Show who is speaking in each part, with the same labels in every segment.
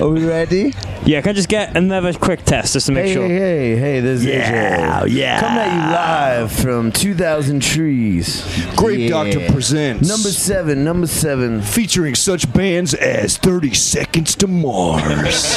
Speaker 1: Are we ready?
Speaker 2: Yeah, can I just get another quick test just to make
Speaker 1: hey,
Speaker 2: sure?
Speaker 1: hey, hey, hey, this is
Speaker 2: Yeah,
Speaker 1: AJ.
Speaker 2: yeah.
Speaker 1: Coming at you live from 2000 Trees.
Speaker 3: Grape Doctor presents
Speaker 1: Number seven, number seven.
Speaker 3: featuring such bands as 30 Seconds to Mars.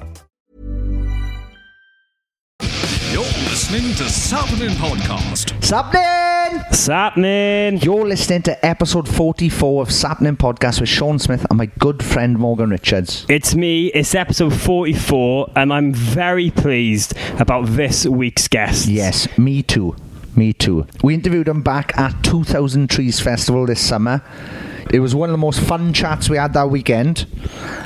Speaker 4: You're listening to Sapnin Podcast.
Speaker 5: Sapnin!
Speaker 2: What's happening?
Speaker 5: You're listening to episode 44 of Sapnin Podcast with Sean Smith and my good friend Morgan Richards.
Speaker 2: It's me, it's episode 44, and I'm very pleased about this week's guest.
Speaker 5: Yes, me too. Me too. We interviewed him back at 2000 Trees Festival this summer. It was one of the most fun chats we had that weekend.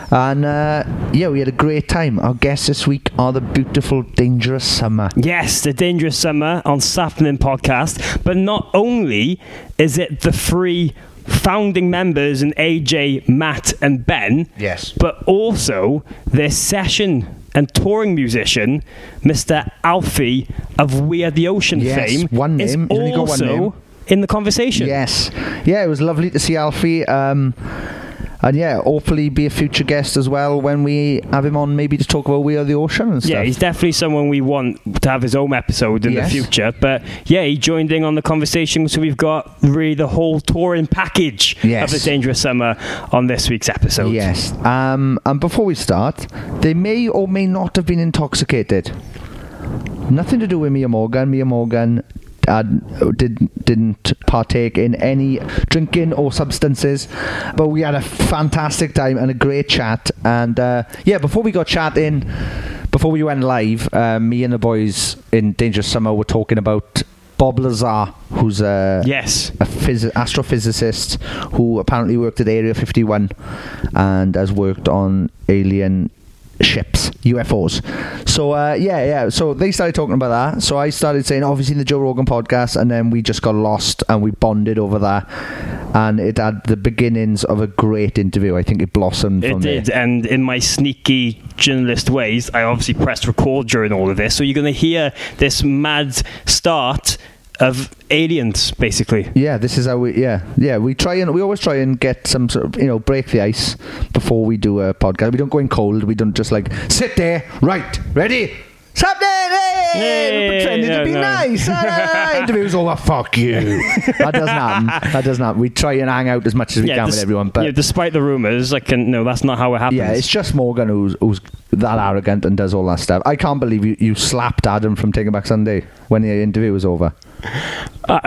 Speaker 5: And uh, yeah, we had a great time. Our guests this week are the beautiful Dangerous Summer.
Speaker 2: Yes, the Dangerous Summer on Sapling podcast. But not only is it the three founding members and AJ, Matt, and Ben.
Speaker 5: Yes.
Speaker 2: But also their session and touring musician, Mr. Alfie of We Are the Ocean
Speaker 5: Yes,
Speaker 2: fame.
Speaker 5: one
Speaker 2: is
Speaker 5: name. You only got one
Speaker 2: also
Speaker 5: name.
Speaker 2: in the conversation.
Speaker 5: Yes. Yeah, it was lovely to see Alfie. Um, and yeah, hopefully be a future guest as well when we have him on, maybe to talk about We Are the Ocean and stuff.
Speaker 2: Yeah, he's definitely someone we want to have his own episode in
Speaker 5: Yes.
Speaker 2: the future. But yeah, he joined in on the conversation, so we've got really the whole touring package
Speaker 5: Yes.
Speaker 2: of the Dangerous Summer on this week's episode.
Speaker 5: Yes. Um, and before we start, they may or may not have been intoxicated. Nothing to do with Mia Morgan. Mia Morgan uh, did, didn't partake in any drinking or substances, but we had a fantastic time and a great chat. And uh, yeah, before we got chatting, before we went live, uh, me and the boys in Dangerous Summer were talking about Bob Lazar, who's a
Speaker 2: Yes.
Speaker 5: a phys- astrophysicist who apparently worked at Area 51 and has worked on alien ships, UFOs. So uh, yeah, yeah. So they started talking about that. So I started saying, obviously, in the Joe Rogan podcast, and then we just got lost and we bonded over that. And it had the beginnings of a great interview. I think it blossomed
Speaker 2: It
Speaker 5: from there.
Speaker 2: did, and in my sneaky journalist ways, I obviously pressed record during all of this. So you're going to hear this mad start of aliens, basically.
Speaker 5: Yeah, this is how we. Yeah, yeah. We try and we always try and get some sort of you know break the ice before we do a podcast. We don't go in cold. We don't just like sit there. Right, ready. Something. Hey,
Speaker 2: Hey,
Speaker 5: we're pretending
Speaker 2: no,
Speaker 5: to be
Speaker 2: no.
Speaker 5: nice. Ah, interviews over. Fuck you. that doesn't happen. That doesn't happen. We try and hang out as much as we can
Speaker 2: des-
Speaker 5: with everyone, but
Speaker 2: yeah, despite the rumors, I can no, that's not how it happens.
Speaker 5: yeah, it's just Morgan who's who's that arrogant and does all that stuff. I can't believe you, you slapped Adam from Taking Back Sunday when the interview was over.
Speaker 2: Uh,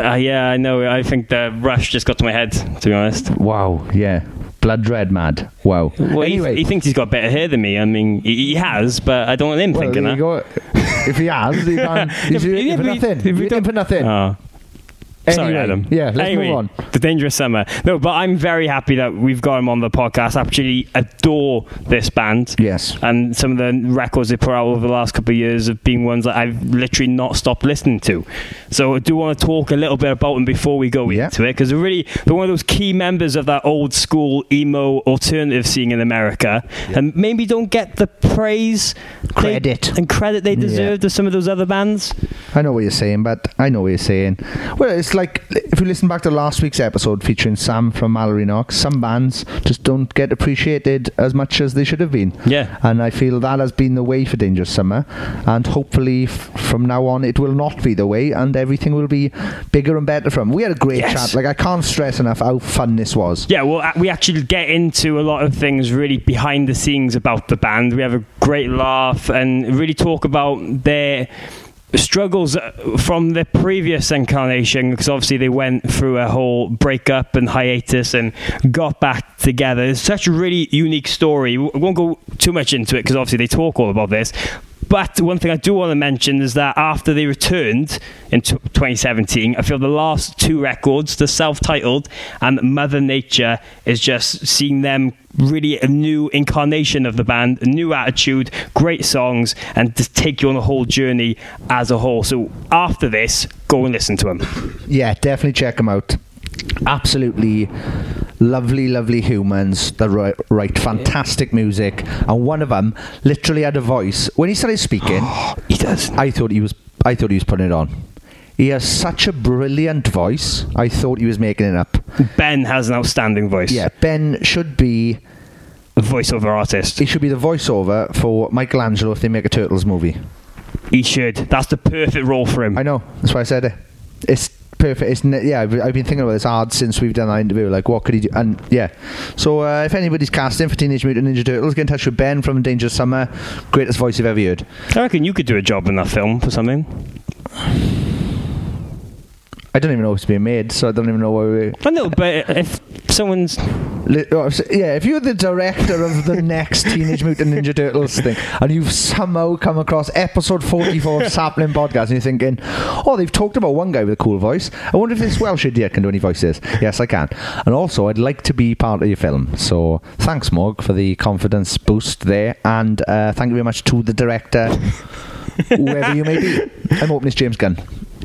Speaker 2: uh, yeah, I know. I think the rush just got to my head, to be honest.
Speaker 5: Wow. Yeah. Blood red mad. Wow.
Speaker 2: Well, he- he, thinks he's got better hair than me. I mean, he, he has, but I don't want him
Speaker 5: Well,
Speaker 2: thinking
Speaker 5: there
Speaker 2: that.
Speaker 5: you go. If he has, he can. He's
Speaker 2: If-
Speaker 5: doing
Speaker 2: if
Speaker 5: it for
Speaker 2: we-
Speaker 5: nothing.
Speaker 2: if we
Speaker 5: He's doing it for nothing.
Speaker 2: Oh. Sorry,
Speaker 5: Anyway,
Speaker 2: Adam.
Speaker 5: Yeah, let's
Speaker 2: Anyway,
Speaker 5: move on.
Speaker 2: The Dangerous Summer. No, but I'm very happy that we've got him on the podcast. I actually adore this band.
Speaker 5: Yes.
Speaker 2: And some of the records they put out over the last couple of years have been ones that I've literally not stopped listening to. So I do want to talk a little bit about them before we go
Speaker 5: Yeah.
Speaker 2: into it because they're really they're one of those key members of that old school emo alternative scene in America, and maybe don't get the praise, they-
Speaker 5: Credit.
Speaker 2: and credit they deserved of some of those other bands.
Speaker 5: I know what you're saying, but I know what you're saying. Well, it's like if you listen back to last week's episode featuring Sam from Mallory Knox, some bands just don't get appreciated as much as they should have been.
Speaker 2: Yeah.
Speaker 5: And I feel that has been the way for Dangerous Summer, and hopefully f- from now on it will not be the way, and everything will be bigger and better from. We had a great
Speaker 2: Yes.
Speaker 5: chat. Like I can't stress enough how fun this was.
Speaker 2: Yeah, well, a- we actually get into a lot of things really behind the scenes about the band. We have a great laugh and really talk about their struggles uh, from their previous incarnation because obviously they went through a whole breakup and hiatus and got back together. It's such a really unique story. We won't go too much into it because obviously they talk all about this. But one thing I do want to mention is that after they returned in t- 2017, I feel the last two records, the self-titled and Mother Nature, is just seeing them really a new incarnation of the band, a new attitude, great songs, and to take you on a whole journey as a whole. So after this, go and listen to them.
Speaker 5: Yeah, definitely check them out. Absolutely lovely, lovely humans that write, write fantastic music. And one of them literally had a voice. When he started speaking,
Speaker 2: He does.
Speaker 5: I thought he was I thought he was putting it on. He has such a brilliant voice. I thought he was making it up.
Speaker 2: Ben has an outstanding voice.
Speaker 5: Yeah, Ben should be
Speaker 2: A voiceover artist.
Speaker 5: he should be the voiceover for Michelangelo if they make a Turtles movie.
Speaker 2: He should. That's the perfect role for him.
Speaker 5: I know. That's why I said it. It's perfect. It's n- yeah. I've, I've been thinking about this hard since we've done that interview. Like, what could he do? And yeah. So uh, if anybody's casting for Teenage Mutant Ninja Turtles, get in touch with Ben from Dangerous Summer. Greatest voice you've ever heard.
Speaker 2: I reckon you could do a job in that film for something.
Speaker 5: I don't even know if it's being made, so I don't even know why we.
Speaker 2: I know, but if someone's
Speaker 5: Li- oh, so- Yeah, if you're the director of the next Teenage Mutant Ninja Turtles thing, and you've somehow come across episode 44 of Sapling Podcast, and you're thinking, oh, they've talked about one guy with a cool voice. I wonder if this Welsh idiot can do any voices. Yes, I can. And also, I'd like to be part of your film. So thanks, Morg, for the confidence boost there, and uh, thank you very much to the director, whoever you may be. I'm hoping it's James Gunn.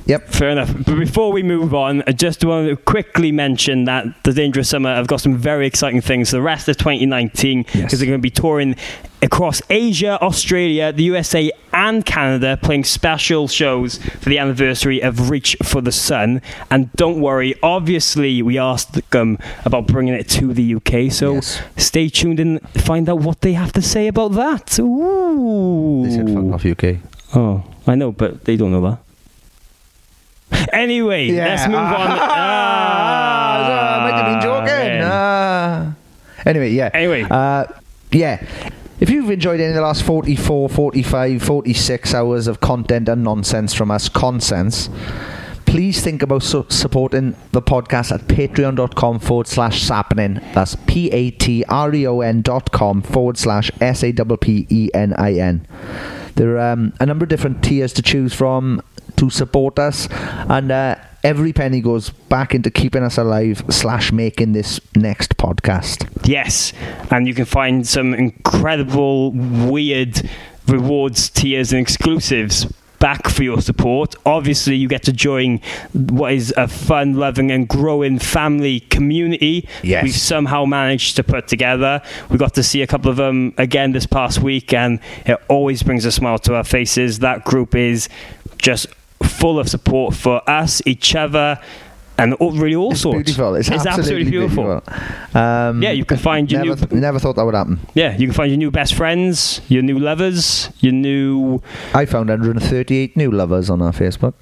Speaker 5: Yep.
Speaker 2: fair enough. But before we move on, I just want to quickly mention that the Dangerous Summer have got some very exciting things. The rest of 2019 because
Speaker 5: Yes.
Speaker 2: they're going to be touring across Asia, Australia, the USA, and Canada, playing special shows for the anniversary of Reach for the Sun. And don't worry, obviously we asked them about bringing it to the UK, so
Speaker 5: Yes.
Speaker 2: stay tuned and find out what they have to say about that. Ooh.
Speaker 5: They said fuck off UK.
Speaker 2: Oh, I know, but they don't know that. Anyway,
Speaker 5: Yeah.
Speaker 2: let's move on.
Speaker 5: Ah, I might have been joking.
Speaker 2: man.
Speaker 5: Ah. Anyway, yeah.
Speaker 2: Anyway.
Speaker 5: Uh, yeah. If you've enjoyed any of the last 44, 45, 46 hours of content and nonsense from us, consense, please think about su- supporting the podcast at patreon.com forward slash sappening. That's P A T R E O N dot com forward slash S A P P E N I N. There are um, a number of different tiers to choose from to support us, and uh, every penny goes back into keeping us alive slash making this next podcast.
Speaker 2: Yes, and you can find some incredible, weird rewards, tiers, and exclusives back for your support. Obviously, you get to join what is a fun, loving, and growing family community.
Speaker 5: Yes.
Speaker 2: We've somehow managed to put together. We got to see a couple of them again this past week, and it always brings a smile to our faces. That group is just full of support for us, each other. And all, really all
Speaker 5: It's
Speaker 2: sorts.
Speaker 5: beautiful. It's, absolutely, beautiful. Um,
Speaker 2: Yeah, you can find your
Speaker 5: never,
Speaker 2: new-
Speaker 5: th- never thought that would happen.
Speaker 2: Yeah, you can find your new best friends, your new lovers, your new.
Speaker 5: I found 138 new lovers on our Facebook.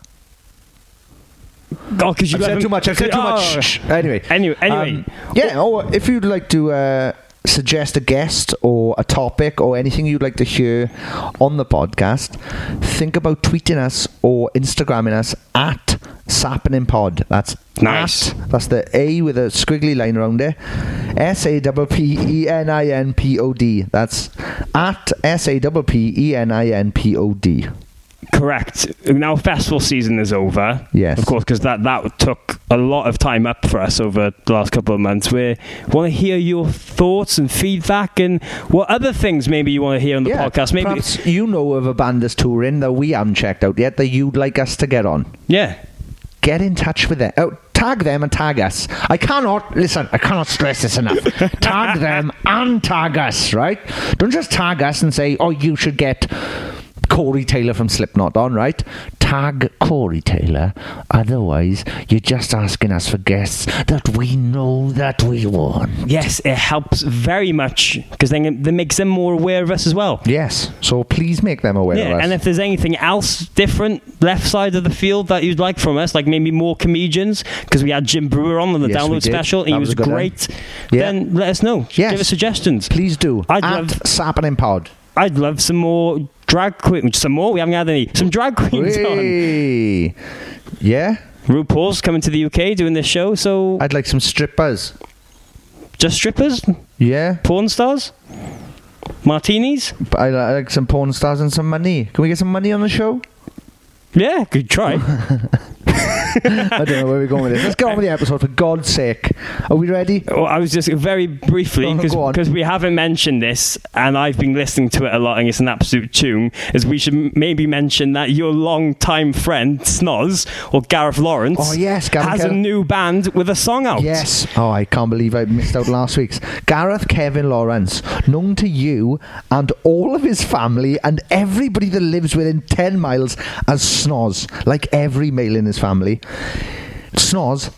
Speaker 2: Oh, because you
Speaker 5: I've said
Speaker 2: haven't-
Speaker 5: too much. I've said too much.
Speaker 6: Ah.
Speaker 2: Oh.
Speaker 5: Shh. Anyway.
Speaker 2: Anyway, anyway.
Speaker 5: Um, yeah. Oh, if you'd like to uh, suggest a guest or a topic or anything you'd like to hear on the podcast, think about tweeting us or Instagramming us at sappeningpod. That's
Speaker 2: Nice.
Speaker 5: at- that's the A with a squiggly line around it. S A P P E N I N P O D. That's at S A P P E N I N P O D.
Speaker 2: Correct. Now festival season is over.
Speaker 5: Yes.
Speaker 2: Of course, because that, that took a lot of time up for us over the last couple of months. We want to hear your thoughts and feedback and what other things maybe you want to hear on the podcast. Maybe.
Speaker 5: perhaps you know of a band that's touring that we haven't checked out yet that you'd like us to get on.
Speaker 2: Yeah.
Speaker 5: get in touch with them. Oh, tag them and tag us. I cannot listen. I cannot stress this enough. tag them and tag us. Right? Don't just tag us and say, "Oh, you should get." Corey Taylor from Slipknot on, right? Tag Corey Taylor. Otherwise, you're just asking us for guests that we know that we want.
Speaker 2: Yes, it helps very much because then it, that makes them more aware of us as well.
Speaker 5: Yes. So please make them aware
Speaker 2: Yeah,
Speaker 5: of us.
Speaker 2: and if there's anything else different left side of the field that you'd like from us, like maybe more comedians, because we had Jim Brewer on on the
Speaker 5: Yes, we
Speaker 2: download
Speaker 5: did.
Speaker 2: special and
Speaker 5: That
Speaker 2: he
Speaker 5: was
Speaker 2: was
Speaker 5: a good one.
Speaker 2: great,
Speaker 5: Yeah.
Speaker 2: then let us know.
Speaker 5: Yes.
Speaker 2: Give us suggestions.
Speaker 5: please do.
Speaker 2: I'd
Speaker 5: At
Speaker 2: love-
Speaker 5: Sappening Pod.
Speaker 2: I'd love some more drag queens. Some more? We haven't had any. Some drag queens
Speaker 5: Hey. Yeah?
Speaker 2: on. RuPaul's coming to the UK doing this show, so
Speaker 5: I'd like some strippers.
Speaker 2: just strippers,
Speaker 5: Yeah?
Speaker 2: porn stars. Martinis?
Speaker 5: But I, li- I like some porn stars and some money. Can we get some money on the show?
Speaker 2: Yeah, good try.
Speaker 5: I don't know where we're going with this. Let's get on with the episode for God's sake. Are we ready?
Speaker 2: well, I was just very briefly
Speaker 5: Oh, go on.
Speaker 2: because we haven't mentioned this, and I've been listening to it a lot, and it's an absolute tune. Is we should m- maybe mention that your long-time friend Snoz or Gareth Lawrence,
Speaker 5: Oh, yes, Gavin
Speaker 2: has a
Speaker 5: Kelly.
Speaker 2: new band with a song out.
Speaker 5: Yes. Oh, I can't believe I missed out last week's. Gareth Kevin Lawrence, known to you and all of his family and everybody that lives within 10 miles as Snoz, like every male in his family. Snoz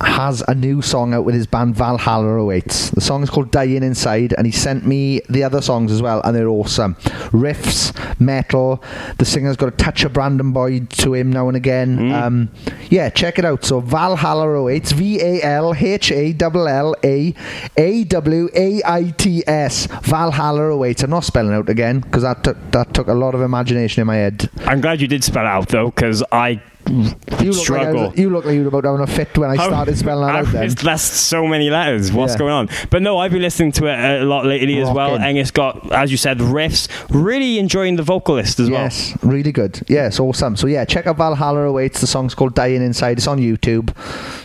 Speaker 5: has a new song out with his band Valhalla Awaits. The song is called Dying Inside, and he sent me the other songs as well, and they're awesome. Riffs, metal, the singer's got a touch of Brandon Boyd to him now and again.
Speaker 2: Mm.
Speaker 5: Um, yeah, check it out. So Valhalla Awaits, V A L H A L L A A W A I T S, Valhalla Awaits. I'm not spelling out again because that, took that took a lot of imagination in my head.
Speaker 2: I'm glad you did spell it out though, because I
Speaker 5: You look, like I was-
Speaker 2: struggle.
Speaker 5: you look like you were about to have a fit when I
Speaker 2: How-
Speaker 5: started spelling that
Speaker 2: I've
Speaker 5: out then.
Speaker 2: just lost so many letters. What's
Speaker 5: Yeah.
Speaker 2: going on? But no, I've been listening to it a lot lately as well,
Speaker 5: Rockin'.
Speaker 2: and it's got, as you said, riffs. Really enjoying the vocalist as well.
Speaker 5: Yes, really good. Yes, awesome. So yeah, check out Valhalla Awaits. The song's called Dying Inside. It's on YouTube.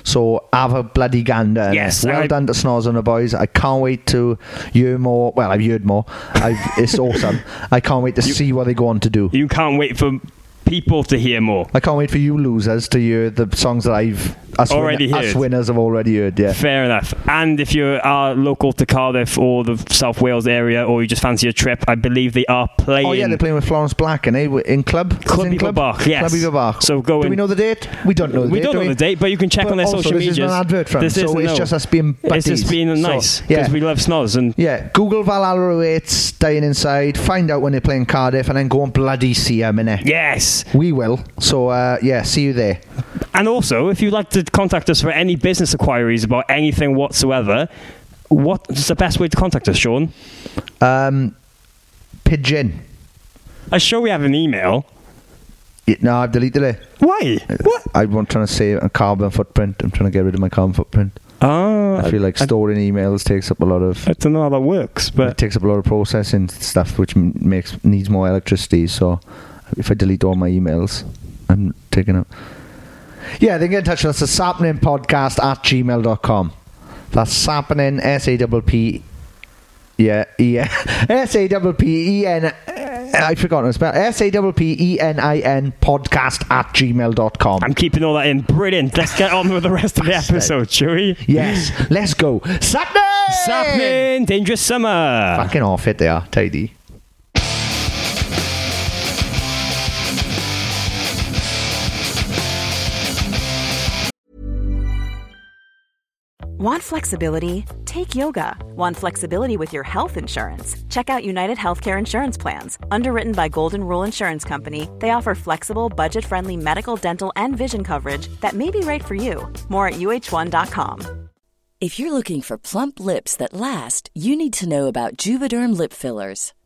Speaker 5: So have a bloody gander.
Speaker 2: Yes,
Speaker 5: Well
Speaker 2: I-
Speaker 5: done to Snoz and the boys. I can't wait to hear more. Well, I've heard more. I've, it's awesome. I can't wait to see what they go on to do.
Speaker 2: You can't wait for people to hear more.
Speaker 5: I can't wait for you losers to hear the songs that I've us win-
Speaker 2: Already
Speaker 5: us
Speaker 2: heard.
Speaker 5: winners have already heard. Yeah.
Speaker 2: Fair enough. And if you are local to Cardiff or the South Wales area, or you just fancy a trip, I believe they are playing.
Speaker 5: Oh yeah, they're playing with Florence Black and they were in club. Is
Speaker 2: Club
Speaker 5: it in
Speaker 2: Beaver Bark, yes.
Speaker 5: Club Beaver Bark.
Speaker 2: So go
Speaker 5: Do we
Speaker 2: and-
Speaker 5: know the date? We don't know. The
Speaker 2: we
Speaker 5: date,
Speaker 2: don't
Speaker 5: do
Speaker 2: know the date, but you can check
Speaker 5: But
Speaker 2: on their
Speaker 5: also,
Speaker 2: social
Speaker 5: this
Speaker 2: medias.
Speaker 5: is an advert from, so
Speaker 2: isn't,
Speaker 5: it's
Speaker 2: no.
Speaker 5: just us being
Speaker 2: It's just
Speaker 5: buddies.
Speaker 2: being
Speaker 5: So,
Speaker 2: nice
Speaker 5: yeah.
Speaker 2: because we love Snoz and
Speaker 5: Yeah, Google Valhalla 08, Dying Inside, find out when they're playing Cardiff, and then go and bloody see them, innit?
Speaker 2: yes.
Speaker 5: We will. So, uh, yeah, see you there.
Speaker 2: And also, if you'd like to contact us for any business inquiries about anything whatsoever, what's the best way to contact us, Sean?
Speaker 5: Um, Pigeon.
Speaker 2: I'm Uh, sure we have an email.
Speaker 5: Y- No, I've deleted it.
Speaker 2: Why? What?
Speaker 5: I'm not trying to save a carbon footprint. I'm trying to get rid of my carbon footprint.
Speaker 2: Ah,
Speaker 5: I feel like storing emails takes up a lot of
Speaker 2: I don't know how that works,
Speaker 5: it
Speaker 2: but
Speaker 5: takes up a lot of processing stuff, which m- makes needs more electricity. So, if I delete all my emails, I'm taking up. Yeah, they can get in touch with us at sappeningpodcast at gmail.com. That's sappening, S A P P. Yeah, yeah. S A P P E N. I've forgotten how to spell. S A P P E N I N podcast at gmail.com.
Speaker 2: I'm keeping all that in. Brilliant. Let's get on with the rest of the episode, shall we?
Speaker 5: Yes, let's go. Sappening!
Speaker 2: Sapling, Dangerous Summer.
Speaker 5: Fucking off it, they are. Tidy.
Speaker 7: Want flexibility? Take yoga. Want flexibility with your health insurance? Check out United Healthcare Insurance Plans. Underwritten by Golden Rule Insurance Company, they offer flexible, budget friendly medical, dental, and vision coverage that may be right for you. More at uh1.com.
Speaker 8: If you're looking for plump lips that last, you need to know about Juvederm lip fillers.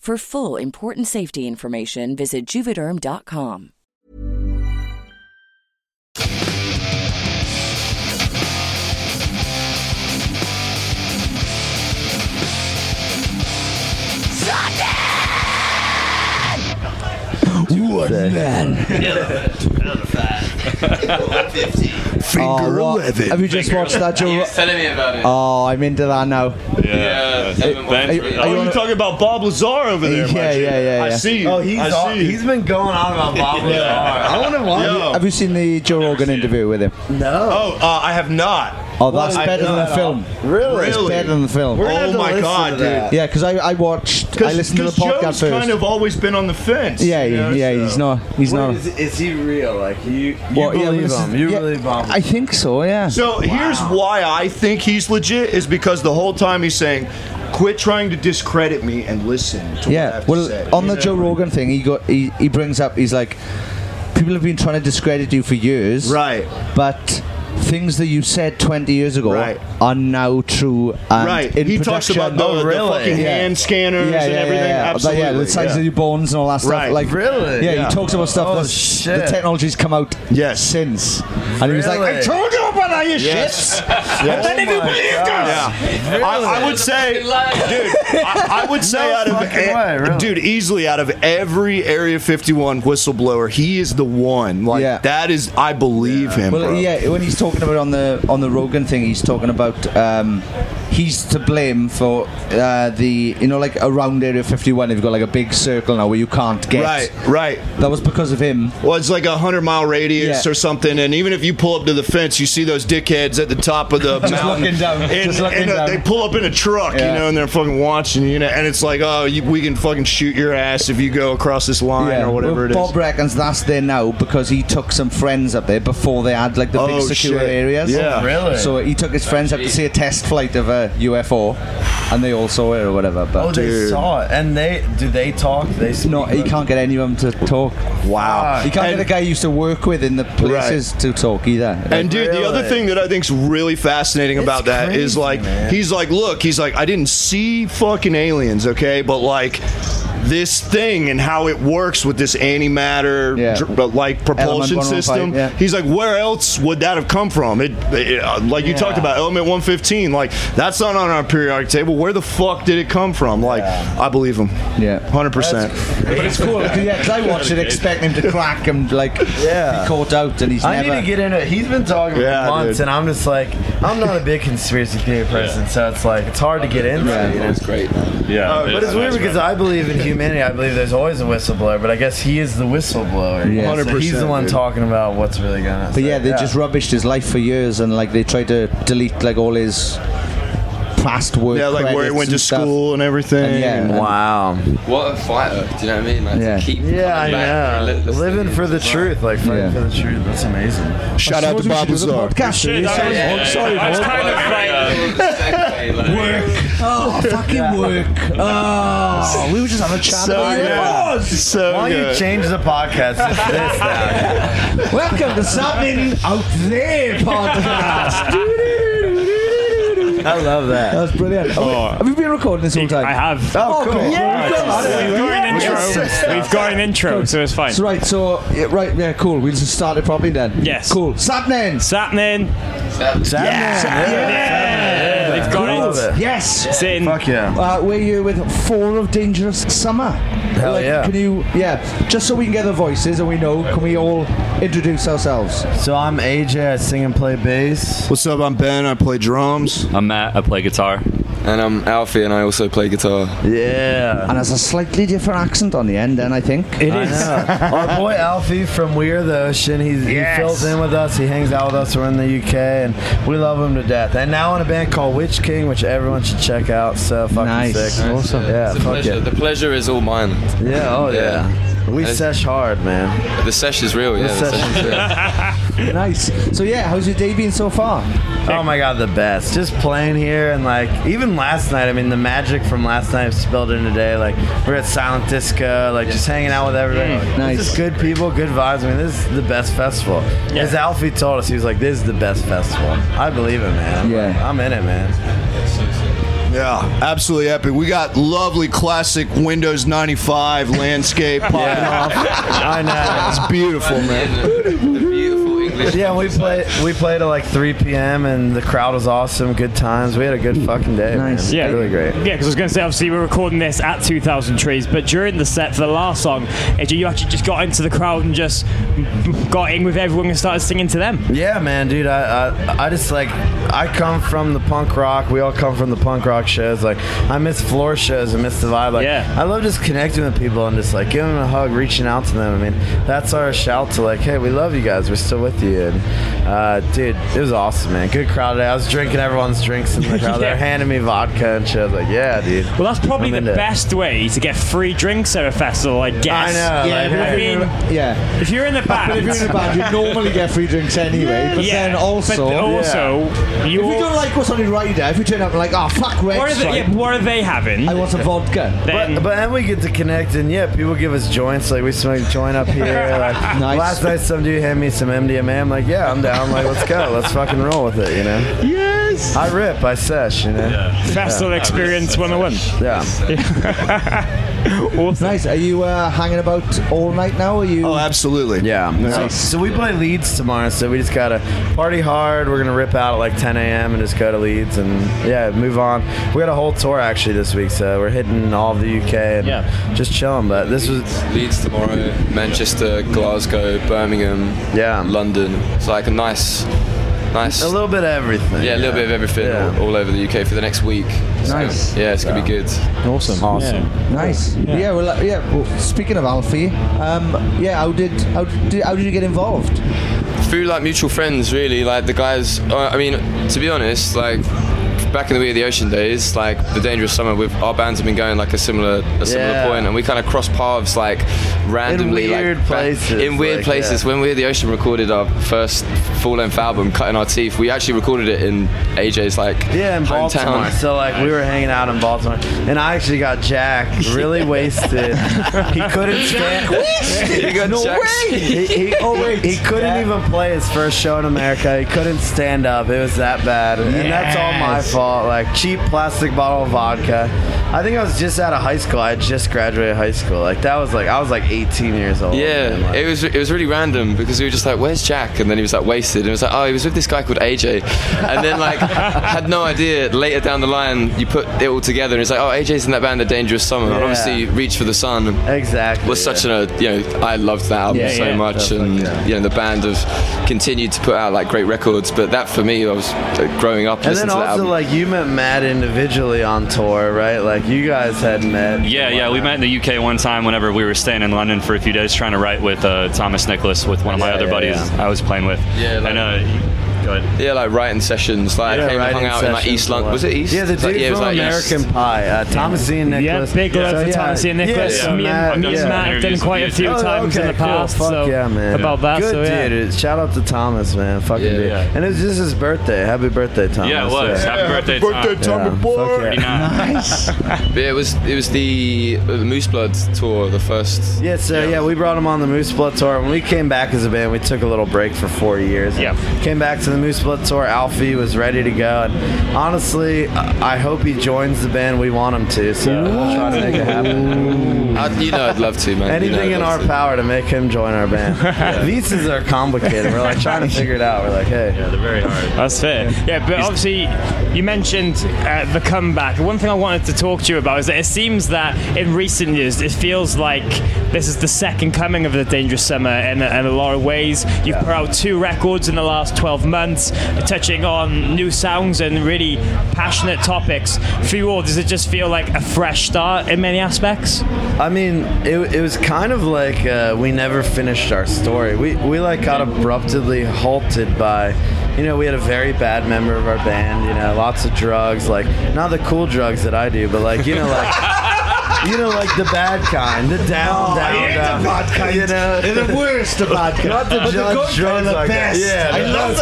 Speaker 8: For full important safety information, visit juvederm.com.
Speaker 1: What man? Ah,
Speaker 3: Finger
Speaker 9: Oh, what?
Speaker 3: 11.
Speaker 5: Have you just watched that,
Speaker 9: He
Speaker 5: Joe?
Speaker 9: was telling me about it.
Speaker 5: Oh, I'm into that now.
Speaker 9: yeah. Simon was-
Speaker 5: Are you-
Speaker 6: Oh,
Speaker 5: are
Speaker 6: you
Speaker 5: on-
Speaker 6: talking about Bob Lazar over there? my
Speaker 5: Yeah,
Speaker 6: G.
Speaker 5: yeah, yeah,
Speaker 6: I
Speaker 5: yeah.
Speaker 6: see.
Speaker 1: Oh,
Speaker 6: you. I see. you.
Speaker 1: been going on about Bob Lazar. I want to watch.
Speaker 6: Yo.
Speaker 5: Have you seen the Joe Rogan interview with him?
Speaker 6: Oh, uh, I have not.
Speaker 5: Oh, that's
Speaker 6: Well, I-
Speaker 5: better than the film.
Speaker 6: Oh, Really?
Speaker 5: It's better than the film.
Speaker 1: We're gonna have
Speaker 6: Oh
Speaker 1: to
Speaker 6: my
Speaker 1: listen
Speaker 6: god,
Speaker 1: to that.
Speaker 6: dude.
Speaker 5: Yeah, because I, I watched, I listened to the
Speaker 6: Because
Speaker 5: podcast
Speaker 6: Joe's
Speaker 5: first.
Speaker 6: kind of always been on the fence.
Speaker 5: yeah,
Speaker 6: you know,
Speaker 5: yeah,
Speaker 6: so.
Speaker 5: he's not, he's
Speaker 1: What
Speaker 5: not.
Speaker 1: is, is he real? Like you, you
Speaker 5: Well, yeah,
Speaker 1: believe
Speaker 5: this is-
Speaker 1: him? You
Speaker 5: yeah,
Speaker 1: really believe him?
Speaker 5: I think so. Yeah.
Speaker 6: So here's why I think he's legit is because the whole time he's saying, "Quit trying to discredit me and listen to what I
Speaker 5: yeah.
Speaker 6: have
Speaker 5: Well,
Speaker 6: to say."
Speaker 5: on
Speaker 6: You
Speaker 5: the
Speaker 6: know?
Speaker 5: Joe Rogan thing, he got he, he brings up he's like, people have been trying to discredit you for years,
Speaker 6: Right.
Speaker 5: But things that you said 20 years ago
Speaker 6: Right.
Speaker 5: are now true. And
Speaker 6: Right.
Speaker 5: in
Speaker 6: He talks about
Speaker 5: production-
Speaker 6: the, the
Speaker 1: Oh, really?
Speaker 6: fucking
Speaker 5: Yeah.
Speaker 6: hand
Speaker 5: Yeah,
Speaker 6: scanners
Speaker 5: yeah,
Speaker 6: and
Speaker 5: yeah,
Speaker 6: everything.
Speaker 5: yeah. Like,
Speaker 6: Absolutely.
Speaker 5: yeah, the size
Speaker 6: yeah.
Speaker 5: of your bones and all that stuff.
Speaker 6: Right.
Speaker 5: Like,
Speaker 1: Really?
Speaker 5: Yeah,
Speaker 6: Yeah.
Speaker 5: he talks about stuff
Speaker 1: Oh,
Speaker 5: that's
Speaker 1: shit.
Speaker 5: the technology's come out
Speaker 6: Yes.
Speaker 5: since. And he was like,
Speaker 1: Really?
Speaker 5: I told you about all your
Speaker 6: Yes. Oh
Speaker 5: shit. And then if you believed us.
Speaker 6: Yeah. I, I would say, dude, I, I would say out of,
Speaker 1: fucking
Speaker 6: e-
Speaker 1: way, really.
Speaker 6: dude, easily out of every Area 51 whistleblower, he is the one. Like,
Speaker 5: Yeah.
Speaker 6: that is, I believe him,
Speaker 5: Well,
Speaker 6: bro.
Speaker 5: yeah, when he's talking about on the on the Rogan thing, he's talking about um, he's to blame for uh, the you know like around Area 51, they've got like a big circle now where you can't get.
Speaker 6: Right, right.
Speaker 5: That was because of him.
Speaker 6: Well, it's like a hundred mile radius
Speaker 5: Yeah.
Speaker 6: or something, and even if you pull up to the fence, you see those dickheads at the top of the mountain.
Speaker 5: looking down,
Speaker 6: And,
Speaker 5: just looking
Speaker 6: and,
Speaker 5: down.
Speaker 6: uh, they pull up in a truck,
Speaker 5: Yeah.
Speaker 6: you know, and they're fucking watching, you know, and it's like, oh, you, we can fucking shoot your ass if you go across this line or whatever
Speaker 5: well,
Speaker 6: it is.
Speaker 5: Bob reckons that's there now because he took some friends up there before they had like the big
Speaker 6: Oh,
Speaker 5: secure
Speaker 6: shit.
Speaker 5: areas.
Speaker 6: Yeah.
Speaker 1: Really?
Speaker 5: So he took his friends up to see a test flight of a UFO, and they all saw it or whatever. But
Speaker 1: Oh, they
Speaker 6: Dude.
Speaker 1: saw it, and they do they talk? They speak
Speaker 5: no, he
Speaker 1: with-
Speaker 5: can't get any of them to talk.
Speaker 6: Wow.
Speaker 5: He can't
Speaker 6: And-
Speaker 5: get a guy he used to work with in the places to talk either.
Speaker 6: And dude, the other
Speaker 1: Really?
Speaker 6: thing that I think's really fascinating about that is
Speaker 1: crazy,
Speaker 6: like
Speaker 1: man.
Speaker 6: he's like, look, he's like, I didn't see fucking aliens, okay, but like this thing and how it works with this antimatter
Speaker 5: Yeah.
Speaker 6: dr- but, like propulsion
Speaker 5: 115,
Speaker 6: system.
Speaker 5: yeah.
Speaker 6: He's like, where else would that have come from? It, it- uh, like you talked about element 115, like that's not on our periodic table. Where the fuck did it come from? Like I believe him.
Speaker 5: Yeah.
Speaker 6: 100%.
Speaker 5: but it's cool. 'cause, yeah, 'cause I watched it, expecting him to crack and like
Speaker 1: Yeah.
Speaker 5: be caught out, and he's
Speaker 1: I
Speaker 5: never.
Speaker 1: need to get into it. He's been talking
Speaker 6: Yeah,
Speaker 1: for months,
Speaker 6: dude.
Speaker 1: and I'm just like, I'm not a big conspiracy theory person, so it's like it's hard to get into. you know?
Speaker 6: Yeah.
Speaker 1: But it's weird because I believe in humanity. I believe there's always a whistleblower, but I guess he is the whistleblower.
Speaker 5: Yeah.
Speaker 1: So he's
Speaker 6: 100%,
Speaker 1: the one
Speaker 6: dude.
Speaker 1: talking about what's really going on.
Speaker 5: But yeah, they just rubbished his life for years, and like they tried to delete like all his past work.
Speaker 6: Yeah, like where he
Speaker 5: credits
Speaker 6: went
Speaker 5: and
Speaker 6: to
Speaker 5: stuff.
Speaker 6: school and everything.
Speaker 5: And yeah,
Speaker 6: and-
Speaker 1: Wow.
Speaker 9: What a fighter. Do you know what I mean? Like, to
Speaker 5: Yeah.
Speaker 9: keep
Speaker 1: Yeah,
Speaker 9: coming back
Speaker 1: I know.
Speaker 9: relentlessly.
Speaker 1: Living for the truth, like fighting
Speaker 5: Yeah.
Speaker 1: for the truth. That's amazing.
Speaker 6: Shout out to Bob Lazar.
Speaker 5: Shit,
Speaker 9: Yeah, yeah, yeah.
Speaker 2: I was kind of like, um,
Speaker 9: Segue, like-
Speaker 5: Oh, fucking work. Oh, we were just on a chat.
Speaker 6: So
Speaker 5: about it.
Speaker 6: good. So
Speaker 1: Why don't you
Speaker 6: good.
Speaker 1: change the podcast? It's this now.
Speaker 5: Welcome to something out there podcast.
Speaker 1: I love that.
Speaker 5: That's brilliant. Oh, have you been recording this whole time?
Speaker 2: I have.
Speaker 1: Oh, cool.
Speaker 5: Yeah,
Speaker 1: Alright,
Speaker 5: we've got
Speaker 1: so-
Speaker 5: it.
Speaker 2: We've got
Speaker 1: Yeah.
Speaker 2: an intro. We've got an intro, so it's fine.
Speaker 5: So, right, so yeah, right, yeah, cool. We'll just start it properly then.
Speaker 2: Yes.
Speaker 5: Cool. Sapnins.
Speaker 2: Satnin. Yeah. They've got
Speaker 1: Love
Speaker 2: it.
Speaker 1: it.
Speaker 5: Yes.
Speaker 2: It's in.
Speaker 1: Fuck yeah.
Speaker 5: Uh, we're you with four of Dangerous Summer. Hell
Speaker 1: yeah.
Speaker 5: Can you, yeah, just so we can get the voices and we know, can we all introduce ourselves?
Speaker 1: So I'm AJ. I sing and play bass.
Speaker 6: What's up? I'm Ben. I play drums.
Speaker 10: I'm Matt. I play guitar.
Speaker 9: And I'm Alfie, and I also play guitar.
Speaker 1: Yeah.
Speaker 5: And there's a slightly different accent on the end, then I think.
Speaker 2: It is.
Speaker 1: Our boy Alfie from We Are the Ocean. He's,
Speaker 2: Yes.
Speaker 1: He fills in with us. He hangs out with us. We're in the UK, and we love him to death. And now in a band called Witch King, which everyone should check out. So fucking
Speaker 5: Nice.
Speaker 1: sick.
Speaker 5: Awesome.
Speaker 1: Yeah.
Speaker 9: the,
Speaker 1: Fuck
Speaker 9: pleasure,
Speaker 1: yeah.
Speaker 9: the pleasure is all mine.
Speaker 1: Yeah. Oh yeah. We
Speaker 9: It's-
Speaker 1: sesh hard, man.
Speaker 9: The sesh is real, yeah. The
Speaker 1: sesh
Speaker 9: sesh is real.
Speaker 5: Nice. So, yeah, how's your day been so far?
Speaker 1: Oh my god, the best. Just playing here and like even last night, I mean the magic from last night spilled in today. Like we're at Silent Disco, like just hanging out with everybody.
Speaker 5: Nice.
Speaker 1: This is good people, good vibes. I mean, this is the best festival. As Alfie told us, he was like, This is the best festival. I believe it, man.
Speaker 5: Yeah.
Speaker 1: I'm in it, man.
Speaker 6: Yeah, absolutely epic. We got lovely classic Windows 95 landscape popping off.
Speaker 1: I know.
Speaker 6: It's beautiful, man.
Speaker 9: the beautiful English.
Speaker 1: Yeah, we played. We played at like 3 p.m. and the crowd was awesome. Good times. We had a good fucking day.
Speaker 5: Nice.
Speaker 1: man.
Speaker 2: Yeah,
Speaker 1: really great.
Speaker 2: Yeah, because I was going to say, obviously, we're recording this at 2,000 Trees, but during the set for the last song, AJ, you actually just got into the crowd and just got in with everyone and started singing to them.
Speaker 1: Yeah, man, dude. I, I I just like I come from the punk rock. We all come from the punk rock shows. Like I miss floor shows. I miss the vibe. Like
Speaker 2: Yeah.
Speaker 1: I love just connecting with people and just like giving them a hug, reaching out to them. I mean, that's our shout to like, hey, we love you guys. We're still with you. And uh, dude, it was awesome, man. Good crowd. today. I was drinking everyone's drinks in the crowd.
Speaker 2: Yeah.
Speaker 1: They're handing me vodka and shit. I was like, yeah, dude.
Speaker 2: Well, that's probably
Speaker 1: I'm
Speaker 2: the
Speaker 1: into it.
Speaker 2: best way to get free drinks at a festival, I guess.
Speaker 1: I know.
Speaker 10: Yeah,
Speaker 1: like,
Speaker 10: but
Speaker 2: I
Speaker 1: hey.
Speaker 2: mean,
Speaker 10: Yeah.
Speaker 2: if you're in the
Speaker 10: But if you're in a
Speaker 2: band.
Speaker 10: band, you normally get free drinks anyway. but
Speaker 2: yeah,
Speaker 10: then also,
Speaker 2: but oh, also
Speaker 10: if you
Speaker 2: you're.
Speaker 10: don't like what's on your radar, if you turn up and like, oh fuck, red
Speaker 2: What are, they,
Speaker 10: Stripe,
Speaker 2: yeah, what are they having?
Speaker 10: I want a vodka.
Speaker 2: Then-
Speaker 1: But, but then we get to connect, and yeah, people give us joints. Like we smoke joint up here. Like
Speaker 10: Nice.
Speaker 1: last night, some dude handed me some MDMA. I'm like, yeah, I'm down. like, let's go, let's fucking roll with it. You know,
Speaker 2: yes!
Speaker 1: I rip, I sesh. You know, yeah.
Speaker 2: Festival Experience 101. Awesome.
Speaker 10: Nice. Are you uh, hanging about all night now? Are you?
Speaker 9: uh,
Speaker 6: Oh, absolutely.
Speaker 1: Yeah. So,
Speaker 10: Nice.
Speaker 1: so we play Leeds tomorrow, so we just gotta party hard. We're gonna rip out at like 10 a.m. and just go to Leeds and yeah, move on. We got a whole tour actually this week, so we're hitting all of the UK and
Speaker 2: Yeah.
Speaker 1: just chilling. But this was
Speaker 9: Leeds tomorrow, Manchester, Glasgow, Birmingham,
Speaker 1: Yeah.
Speaker 9: London. It's like a nice, nice.
Speaker 1: a little bit of everything.
Speaker 9: yeah, a little bit of everything
Speaker 1: Yeah.
Speaker 9: all, all over the UK for the next week. It's
Speaker 10: Nice.
Speaker 9: Gonna, yeah, it's gonna be good.
Speaker 10: Awesome.
Speaker 1: Awesome.
Speaker 10: Nice. Yeah. well, uh, yeah. Well, speaking of Alfie, um, yeah. How did how did how did you get involved?
Speaker 9: through like mutual friends really like the guys uh, i mean to be honest like back in the week of the ocean days like the dangerous summer with our bands have been going like a similar a similar
Speaker 1: Yeah.
Speaker 9: point and we kind of crossed paths like randomly like,
Speaker 1: weird
Speaker 9: ba-
Speaker 1: places,
Speaker 9: in weird
Speaker 1: like,
Speaker 9: places
Speaker 1: yeah.
Speaker 9: when we had the ocean recorded our first full-length album cutting our teeth we actually recorded it in aj's like
Speaker 1: Yeah, in
Speaker 9: hometown
Speaker 1: Baltimore. So like we were hanging out in Baltimore, and I actually got Jack really wasted. He couldn't stand.
Speaker 9: You got Jack's-
Speaker 1: He, he, oh, he couldn't
Speaker 10: Yeah.
Speaker 1: even play his first show in America. He couldn't stand up. It was that bad, and, and that's all my
Speaker 2: Yes.
Speaker 1: fault. Like cheap plastic bottle of vodka. I think I was just out of high school. I had just graduated high school. Like that was like I was like 18 years old. man.
Speaker 9: Yeah,
Speaker 1: Like,
Speaker 9: it was it was really random because we were just like, "Where's Jack?" and then he was like wasted, and it was like, "Oh, he was with this guy called AJ," and then like had no idea. Later down the line, you put it all together, and it's like, "Oh, AJ's in that band, The Dangerous Summer," and
Speaker 1: Yeah.
Speaker 9: obviously, "Reach for the Sun."
Speaker 1: exactly.
Speaker 9: was
Speaker 1: yeah.
Speaker 9: such an uh, you know I loved that album
Speaker 2: Yeah,
Speaker 9: so
Speaker 2: yeah.
Speaker 9: much, and you know the band have continued to put out like great records. But that for me, I was like, growing up
Speaker 1: And
Speaker 9: listening
Speaker 1: then
Speaker 9: to that
Speaker 1: also,
Speaker 9: album.
Speaker 1: like, you met Matt individually on tour, right? Like, you guys had met.
Speaker 11: Yeah, yeah, we met in the UK one time whenever we were staying in London for a few days trying to write with uh, Thomas Nicholas with one of my
Speaker 1: Yeah,
Speaker 11: other
Speaker 1: yeah,
Speaker 11: buddies
Speaker 1: yeah.
Speaker 11: I was playing with.
Speaker 9: Yeah, like-
Speaker 11: and uh, go ahead.
Speaker 9: yeah, like writing sessions. Like I came and hung
Speaker 1: writing
Speaker 9: out in like
Speaker 1: sessions
Speaker 9: East
Speaker 1: a lot.
Speaker 9: London. Was it East?
Speaker 1: Yeah, the
Speaker 9: It's like-
Speaker 1: dude
Speaker 9: it was
Speaker 1: from
Speaker 9: like East.
Speaker 1: American Pie, uh, Thomasine Nicholas.
Speaker 2: Yeah, big love to Thomasine Nicholas.
Speaker 1: Yeah,
Speaker 2: me
Speaker 1: Matt,
Speaker 2: and, me and
Speaker 1: yeah.
Speaker 2: Matt have done
Speaker 11: Interviews
Speaker 2: quite a
Speaker 11: with
Speaker 2: few
Speaker 11: you.
Speaker 1: Oh,
Speaker 2: times in
Speaker 1: okay,
Speaker 2: the past.
Speaker 1: Cool. Fuck
Speaker 2: so
Speaker 1: yeah, man.
Speaker 2: about that,
Speaker 1: Good
Speaker 2: so yeah.
Speaker 1: dude. Shout out to Thomas, man. Fucking
Speaker 9: Yeah,
Speaker 1: dude.
Speaker 9: yeah.
Speaker 1: And it was just his birthday. Happy birthday, Thomas.
Speaker 11: Yeah, it was. Happy birthday,
Speaker 6: Birthday
Speaker 11: Tom.
Speaker 6: time,
Speaker 1: Yeah,
Speaker 6: boy.
Speaker 1: fuck yeah.
Speaker 9: But it was it was the, uh, the Moose Blood tour, the first.
Speaker 1: Yeah, so yeah. we brought him on the Moose Blood tour. When we came back as a band, we took a little break for four years.
Speaker 2: Yeah.
Speaker 1: Came back to the Moose Blood tour. Alfie was ready to go, and honestly, I I hope he joins the band. We want him to, so we'll try to make it happen.
Speaker 9: I'd, you know, I'd love to, man. You know
Speaker 1: Anything
Speaker 9: I'd
Speaker 1: in
Speaker 9: love
Speaker 1: our
Speaker 9: to.
Speaker 1: power to make him join our band. Visas are complicated. We're like trying to figure it out. We're like, hey,
Speaker 11: Yeah, they're very hard.
Speaker 2: That's fair. Yeah, but obviously, you mentioned uh, the comeback. One thing I wanted to talk to you about is that it seems that in recent years, it feels like this is the second coming of the Dangerous Summer in, a- in a lot of ways. You've put out two records in the last 12 months, touching on new sounds and really passionate topics. For you all, does it just feel like a fresh start in many aspects?
Speaker 1: I mean, it, it was kind of like uh, we never finished our story. We, we like got abruptly halted by, you know, we had a very bad member of our band, you know, lots of drugs, like not the cool drugs that I do, but like, you know, like, you know, like the bad kind, the
Speaker 10: Oh,
Speaker 1: down, down, down. You know,
Speaker 10: They're the worst, the bad kind.
Speaker 1: Not the
Speaker 10: But
Speaker 1: judge
Speaker 10: good kind
Speaker 1: drugs
Speaker 10: are the
Speaker 1: like that.
Speaker 10: best.
Speaker 1: Yeah,
Speaker 10: I
Speaker 1: the
Speaker 10: love
Speaker 1: drugs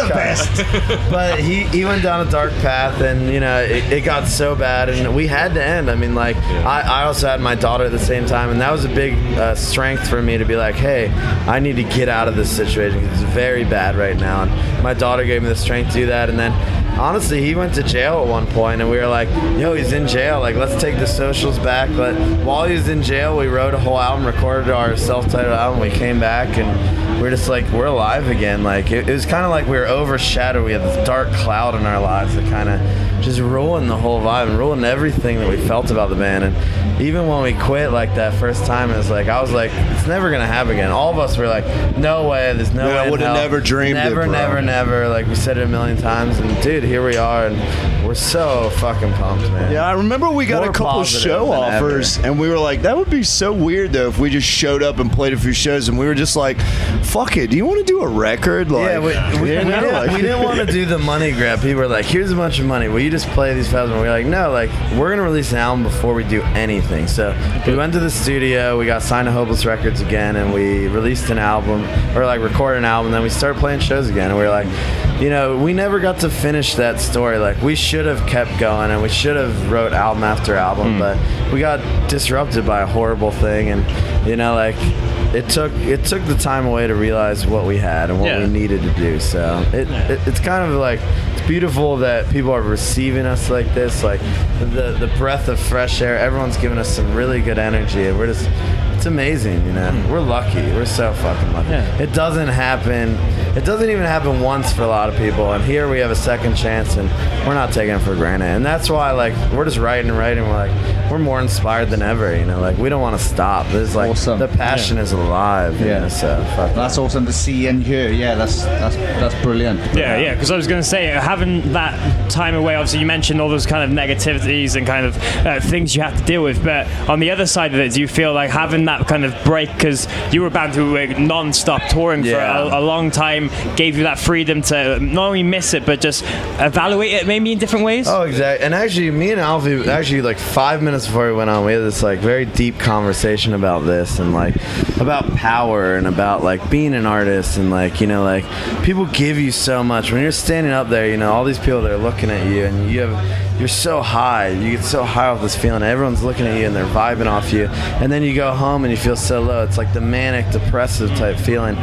Speaker 10: the
Speaker 1: kind.
Speaker 10: best.
Speaker 1: but he, he went down a dark path and you know it, it got so bad and we had to end i mean like I, I also had my daughter at the same time and that was a big uh, strength for me to be like hey i need to get out of this situation 'cause it's very bad right now and my daughter gave me the strength to do that and then honestly, he went to jail at one point, and we were like, "Yo, he's in jail. Like, let's take the socials back." But while he was in jail, we wrote a whole album, recorded our self-titled album. We came back, and we are just like, "We're alive again." Like, it, it was kind of like we were overshadowed. We had this dark cloud in our lives that kind of just ruined the whole vibe and ruined everything that we felt about the band. And even when we quit, like that first time, it was like I was like, "It's never gonna happen again." All of us were like, "No way. There's no
Speaker 6: Yeah, I
Speaker 1: way in
Speaker 6: would've
Speaker 1: hell."
Speaker 6: never dreamed it,
Speaker 1: Never,
Speaker 6: bro.
Speaker 1: never, never. Like we said it a million times, and dude, here we are, and we're so fucking pumped, man.
Speaker 6: Yeah, I remember we got
Speaker 1: More
Speaker 6: a couple
Speaker 1: positive
Speaker 6: show
Speaker 1: than ever.
Speaker 6: offers, and we were like, that would be so weird though if we just showed up and played a few shows, and we were just like, fuck it, do you want to do a record? Like,
Speaker 1: Yeah, we, we,
Speaker 6: you
Speaker 1: we
Speaker 6: know,
Speaker 1: didn't,
Speaker 6: like-
Speaker 1: we didn't want to do the money grab. People were like, "Here's a bunch of money. Will you just play these files?" And we are like, "No, like we're gonna release an album before we do anything." So we went to the studio. We got signed to Hopeless Records again, and we released an album or like recorded an album. Then we started playing shows again, and we were like, you know, we never got to finish that story. Like we should have kept going, and we should have wrote album after album,
Speaker 6: Hmm.
Speaker 1: but we got disrupted by a horrible thing, and you know, like it took it took the time away to realize what we had and what we needed to do. So it, it it's kind of like it's beautiful that people are receiving us like this, like the the breath of fresh air. Everyone's giving us some really good energy, and we're just it's amazing. You know, we're lucky. We're so fucking lucky. It doesn't happen. It doesn't even happen once for a lot of people, and here we have a second chance, and we're not taking it for granted. And that's why, like, we're just writing and writing. We're like, we're more inspired than ever. You know, like we don't want to stop. There's like the passion is alive. Yeah. so
Speaker 10: That's awesome to see and hear. Yeah, that's that's that's brilliant.
Speaker 2: Yeah, yeah, because I was going to say, uh, having that time away, obviously, you mentioned all those kind of negativities and kind of uh, things you have to deal with. But on the other side of it, do you feel like having that kind of break, because you were a band who were non stop touring for a, a long time, gave you that freedom to not only miss it, but just evaluate it maybe in different ways?
Speaker 1: Oh, exactly. And actually, me and Alfie, actually, like five minutes before we went on, we had this like very deep conversation about this and like about power and about like being an artist and like you know like people give you so much when you're standing up there. You know, all these people that are looking at you and you have you're so high. You get so high off this feeling. Everyone's looking at you and they're vibing off you. And then you go home and you feel so low. It's like the manic, depressive type feeling.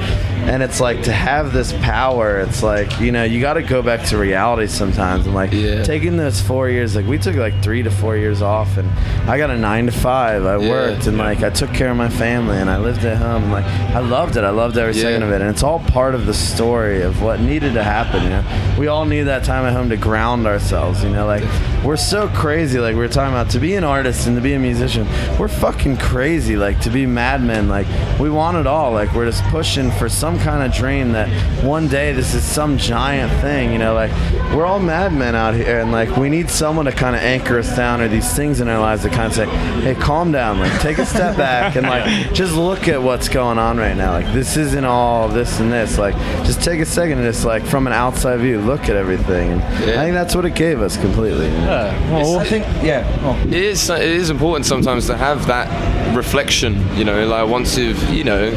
Speaker 1: And it's like to have this power. It's like you know you got to go back to reality sometimes and like taking those four years like we took like three to four years off and i got a nine to five i worked and like i took care of my family and i lived at home and like i loved it i loved every second of it and it's all part of the story of what needed to happen you know we all need that time at home to ground ourselves you know like we're so crazy like we were talking about to be an artist and to be a musician we're fucking crazy like to be madmen like we want it all like we're just pushing for some kind of dream that one day this is some giant thing you know like we're all madmen out here and like we need someone to kind of anchor us down or these things in our lives that kind of say hey calm down like take a step back and like just look at what's going on right now like this isn't all this and this like just take a second and just like from an outside view look at everything and i think that's what it gave us completely you know?
Speaker 10: I think yeah.
Speaker 9: It is. It is important sometimes to have that reflection. You know, like once you've, you know,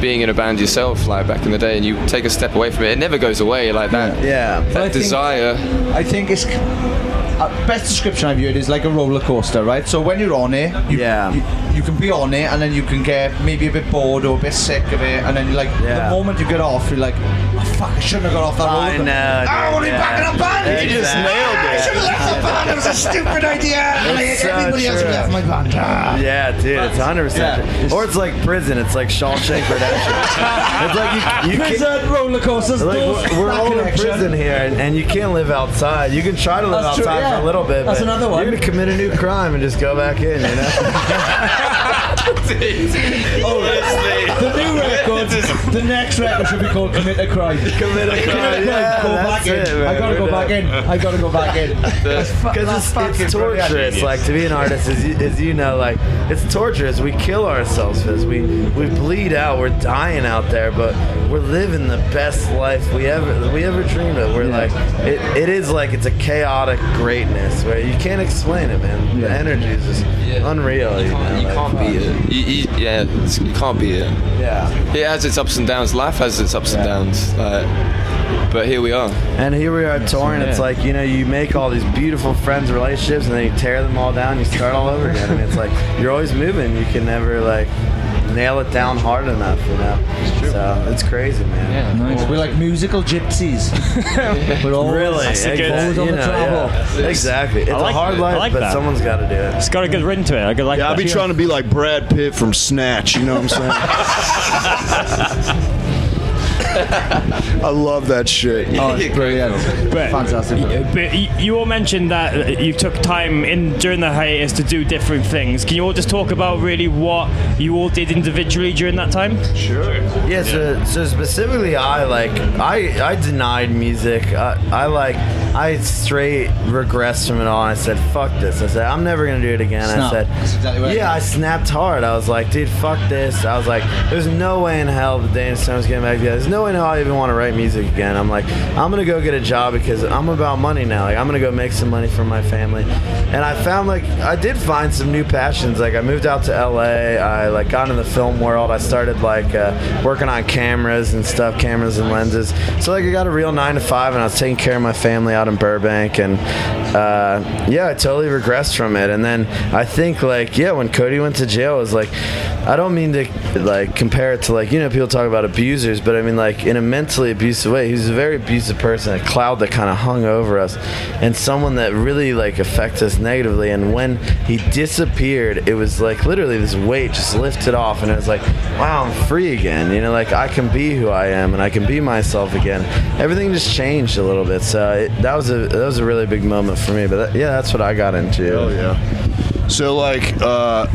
Speaker 9: being in a band yourself, like back in the day, and you take a step away from it, it never goes away. Like that.
Speaker 1: Yeah.
Speaker 9: That desire.
Speaker 10: I think it's uh, best description I've heard is like a roller coaster, right? So when you're on it, you, yeah, you, you can be on it, and then you can get maybe a bit bored or a bit sick of it, and then like the moment you get off, you're like, oh, fuck, I shouldn't have got off that roller.
Speaker 1: I know.
Speaker 10: I
Speaker 1: dude,
Speaker 10: want to Oh, be back in a band.
Speaker 1: Exactly.
Speaker 10: I should have left the band. It was a stupid idea. And I
Speaker 1: It's
Speaker 10: hate
Speaker 1: so
Speaker 10: everybody else who
Speaker 1: true.
Speaker 10: left my band. Ah.
Speaker 1: Yeah, dude, it's 100. percent Or it's like prison. It's like Shawshank Redemption. it's like you, you can't-
Speaker 10: Prison, roller coasters,
Speaker 1: Like,
Speaker 10: doors,
Speaker 1: we're we're
Speaker 10: that
Speaker 1: all in
Speaker 10: connection.
Speaker 1: prison here, and, and you can't live outside. You can try to live
Speaker 10: That's true,
Speaker 1: outside
Speaker 10: yeah.
Speaker 1: for a little bit.
Speaker 10: That's
Speaker 1: but
Speaker 10: another one.
Speaker 1: You're gonna commit a new crime and just go back in. You know?
Speaker 10: The new record, the next record should be called Commit a Crime. Commit
Speaker 1: a Crime, yeah,
Speaker 10: go
Speaker 1: that's
Speaker 10: back in.
Speaker 1: it, man,
Speaker 10: I gotta
Speaker 1: we're
Speaker 10: go back in.
Speaker 1: done.
Speaker 10: I gotta go back in. That's fu- that's
Speaker 1: Because it's,
Speaker 10: fucking
Speaker 1: it's
Speaker 10: brilliant.
Speaker 1: torturous. Like to be an artist, as you, as you know, like it's torturous. We kill ourselves for this. We we bleed out. We're dying out there, but we're living the best life we ever we ever dreamed of. We're like it, it is like it's a chaotic greatness where you can't explain it, man. The energy is just unreal. You, know, like,
Speaker 9: can't beat it. You, you, yeah, it's, you can't beat it.
Speaker 1: Yeah.
Speaker 9: It has its ups and downs. Life has its ups and downs. Like, but here we are.
Speaker 1: And here we are touring. It's
Speaker 9: Yeah.
Speaker 1: like you know, you make all these beautiful friends, relationships, and then you tear them all down. You start all over again. I mean, it's like you're always moving. You can never like nail it down hard enough, you know. It's true. So it's crazy, man. Yeah,
Speaker 10: We're like musical gypsies. We're all
Speaker 1: Really?
Speaker 10: always on
Speaker 1: you
Speaker 10: the
Speaker 1: know,
Speaker 10: travel.
Speaker 1: yeah. Exactly. It's
Speaker 10: I
Speaker 1: a
Speaker 10: like
Speaker 1: hard
Speaker 10: that.
Speaker 1: life,
Speaker 10: I like
Speaker 1: but
Speaker 10: that.
Speaker 1: someone's got to do it.
Speaker 2: It's got a good ring to it. I could like
Speaker 6: yeah, I'll
Speaker 1: that.
Speaker 6: be trying to be like Brad Pitt from Snatch. You know what I'm saying? I love that shit.
Speaker 10: Oh, it's brilliant. Fantastic.
Speaker 2: But y- you all mentioned that you took time in during the hiatus to do different things. Can you all just talk about really what you all did individually during that time?
Speaker 1: Sure. Yeah. So, so specifically, I like I I denied music. I, I like I straight regressed from it all. And I said, "Fuck this." I said, "I'm never gonna do it again."
Speaker 10: Snap.
Speaker 1: I said,
Speaker 10: That's exactly what I
Speaker 1: "Yeah."
Speaker 10: did.
Speaker 1: I snapped hard. I was like, "Dude, fuck this." I was like, "There's no way in hell the Danish Stone's getting back together. There's no way in hell I even want to write music again." I'm like, "I'm gonna go get a job because I'm about money now. Like, I'm gonna go make some money for my family." And I found like I did find some new passions. Like I moved out to LA. I like got in the film world. I started like uh, working on cameras and stuff, cameras and lenses. So like I got a real nine to five, and I was taking care of my family out in Burbank, and uh, yeah, I totally regressed from it. And then I think like yeah, when Cody went to jail, it was like I don't mean to like compare it to like you know people talk about abusers, but I mean like in a mentally abusive way. He was a very abusive person, a cloud that kind of hung over us, and someone that really like affected us negatively. And when he disappeared, it was like literally this weight just lifted off, and it was like wow, I'm free again. You know, like I can be who I am, and I can be myself again. Everything just changed a little bit. So it, that was a that was a really big moment for me. But that, yeah, that's what I got into.
Speaker 6: Oh yeah. So like, uh,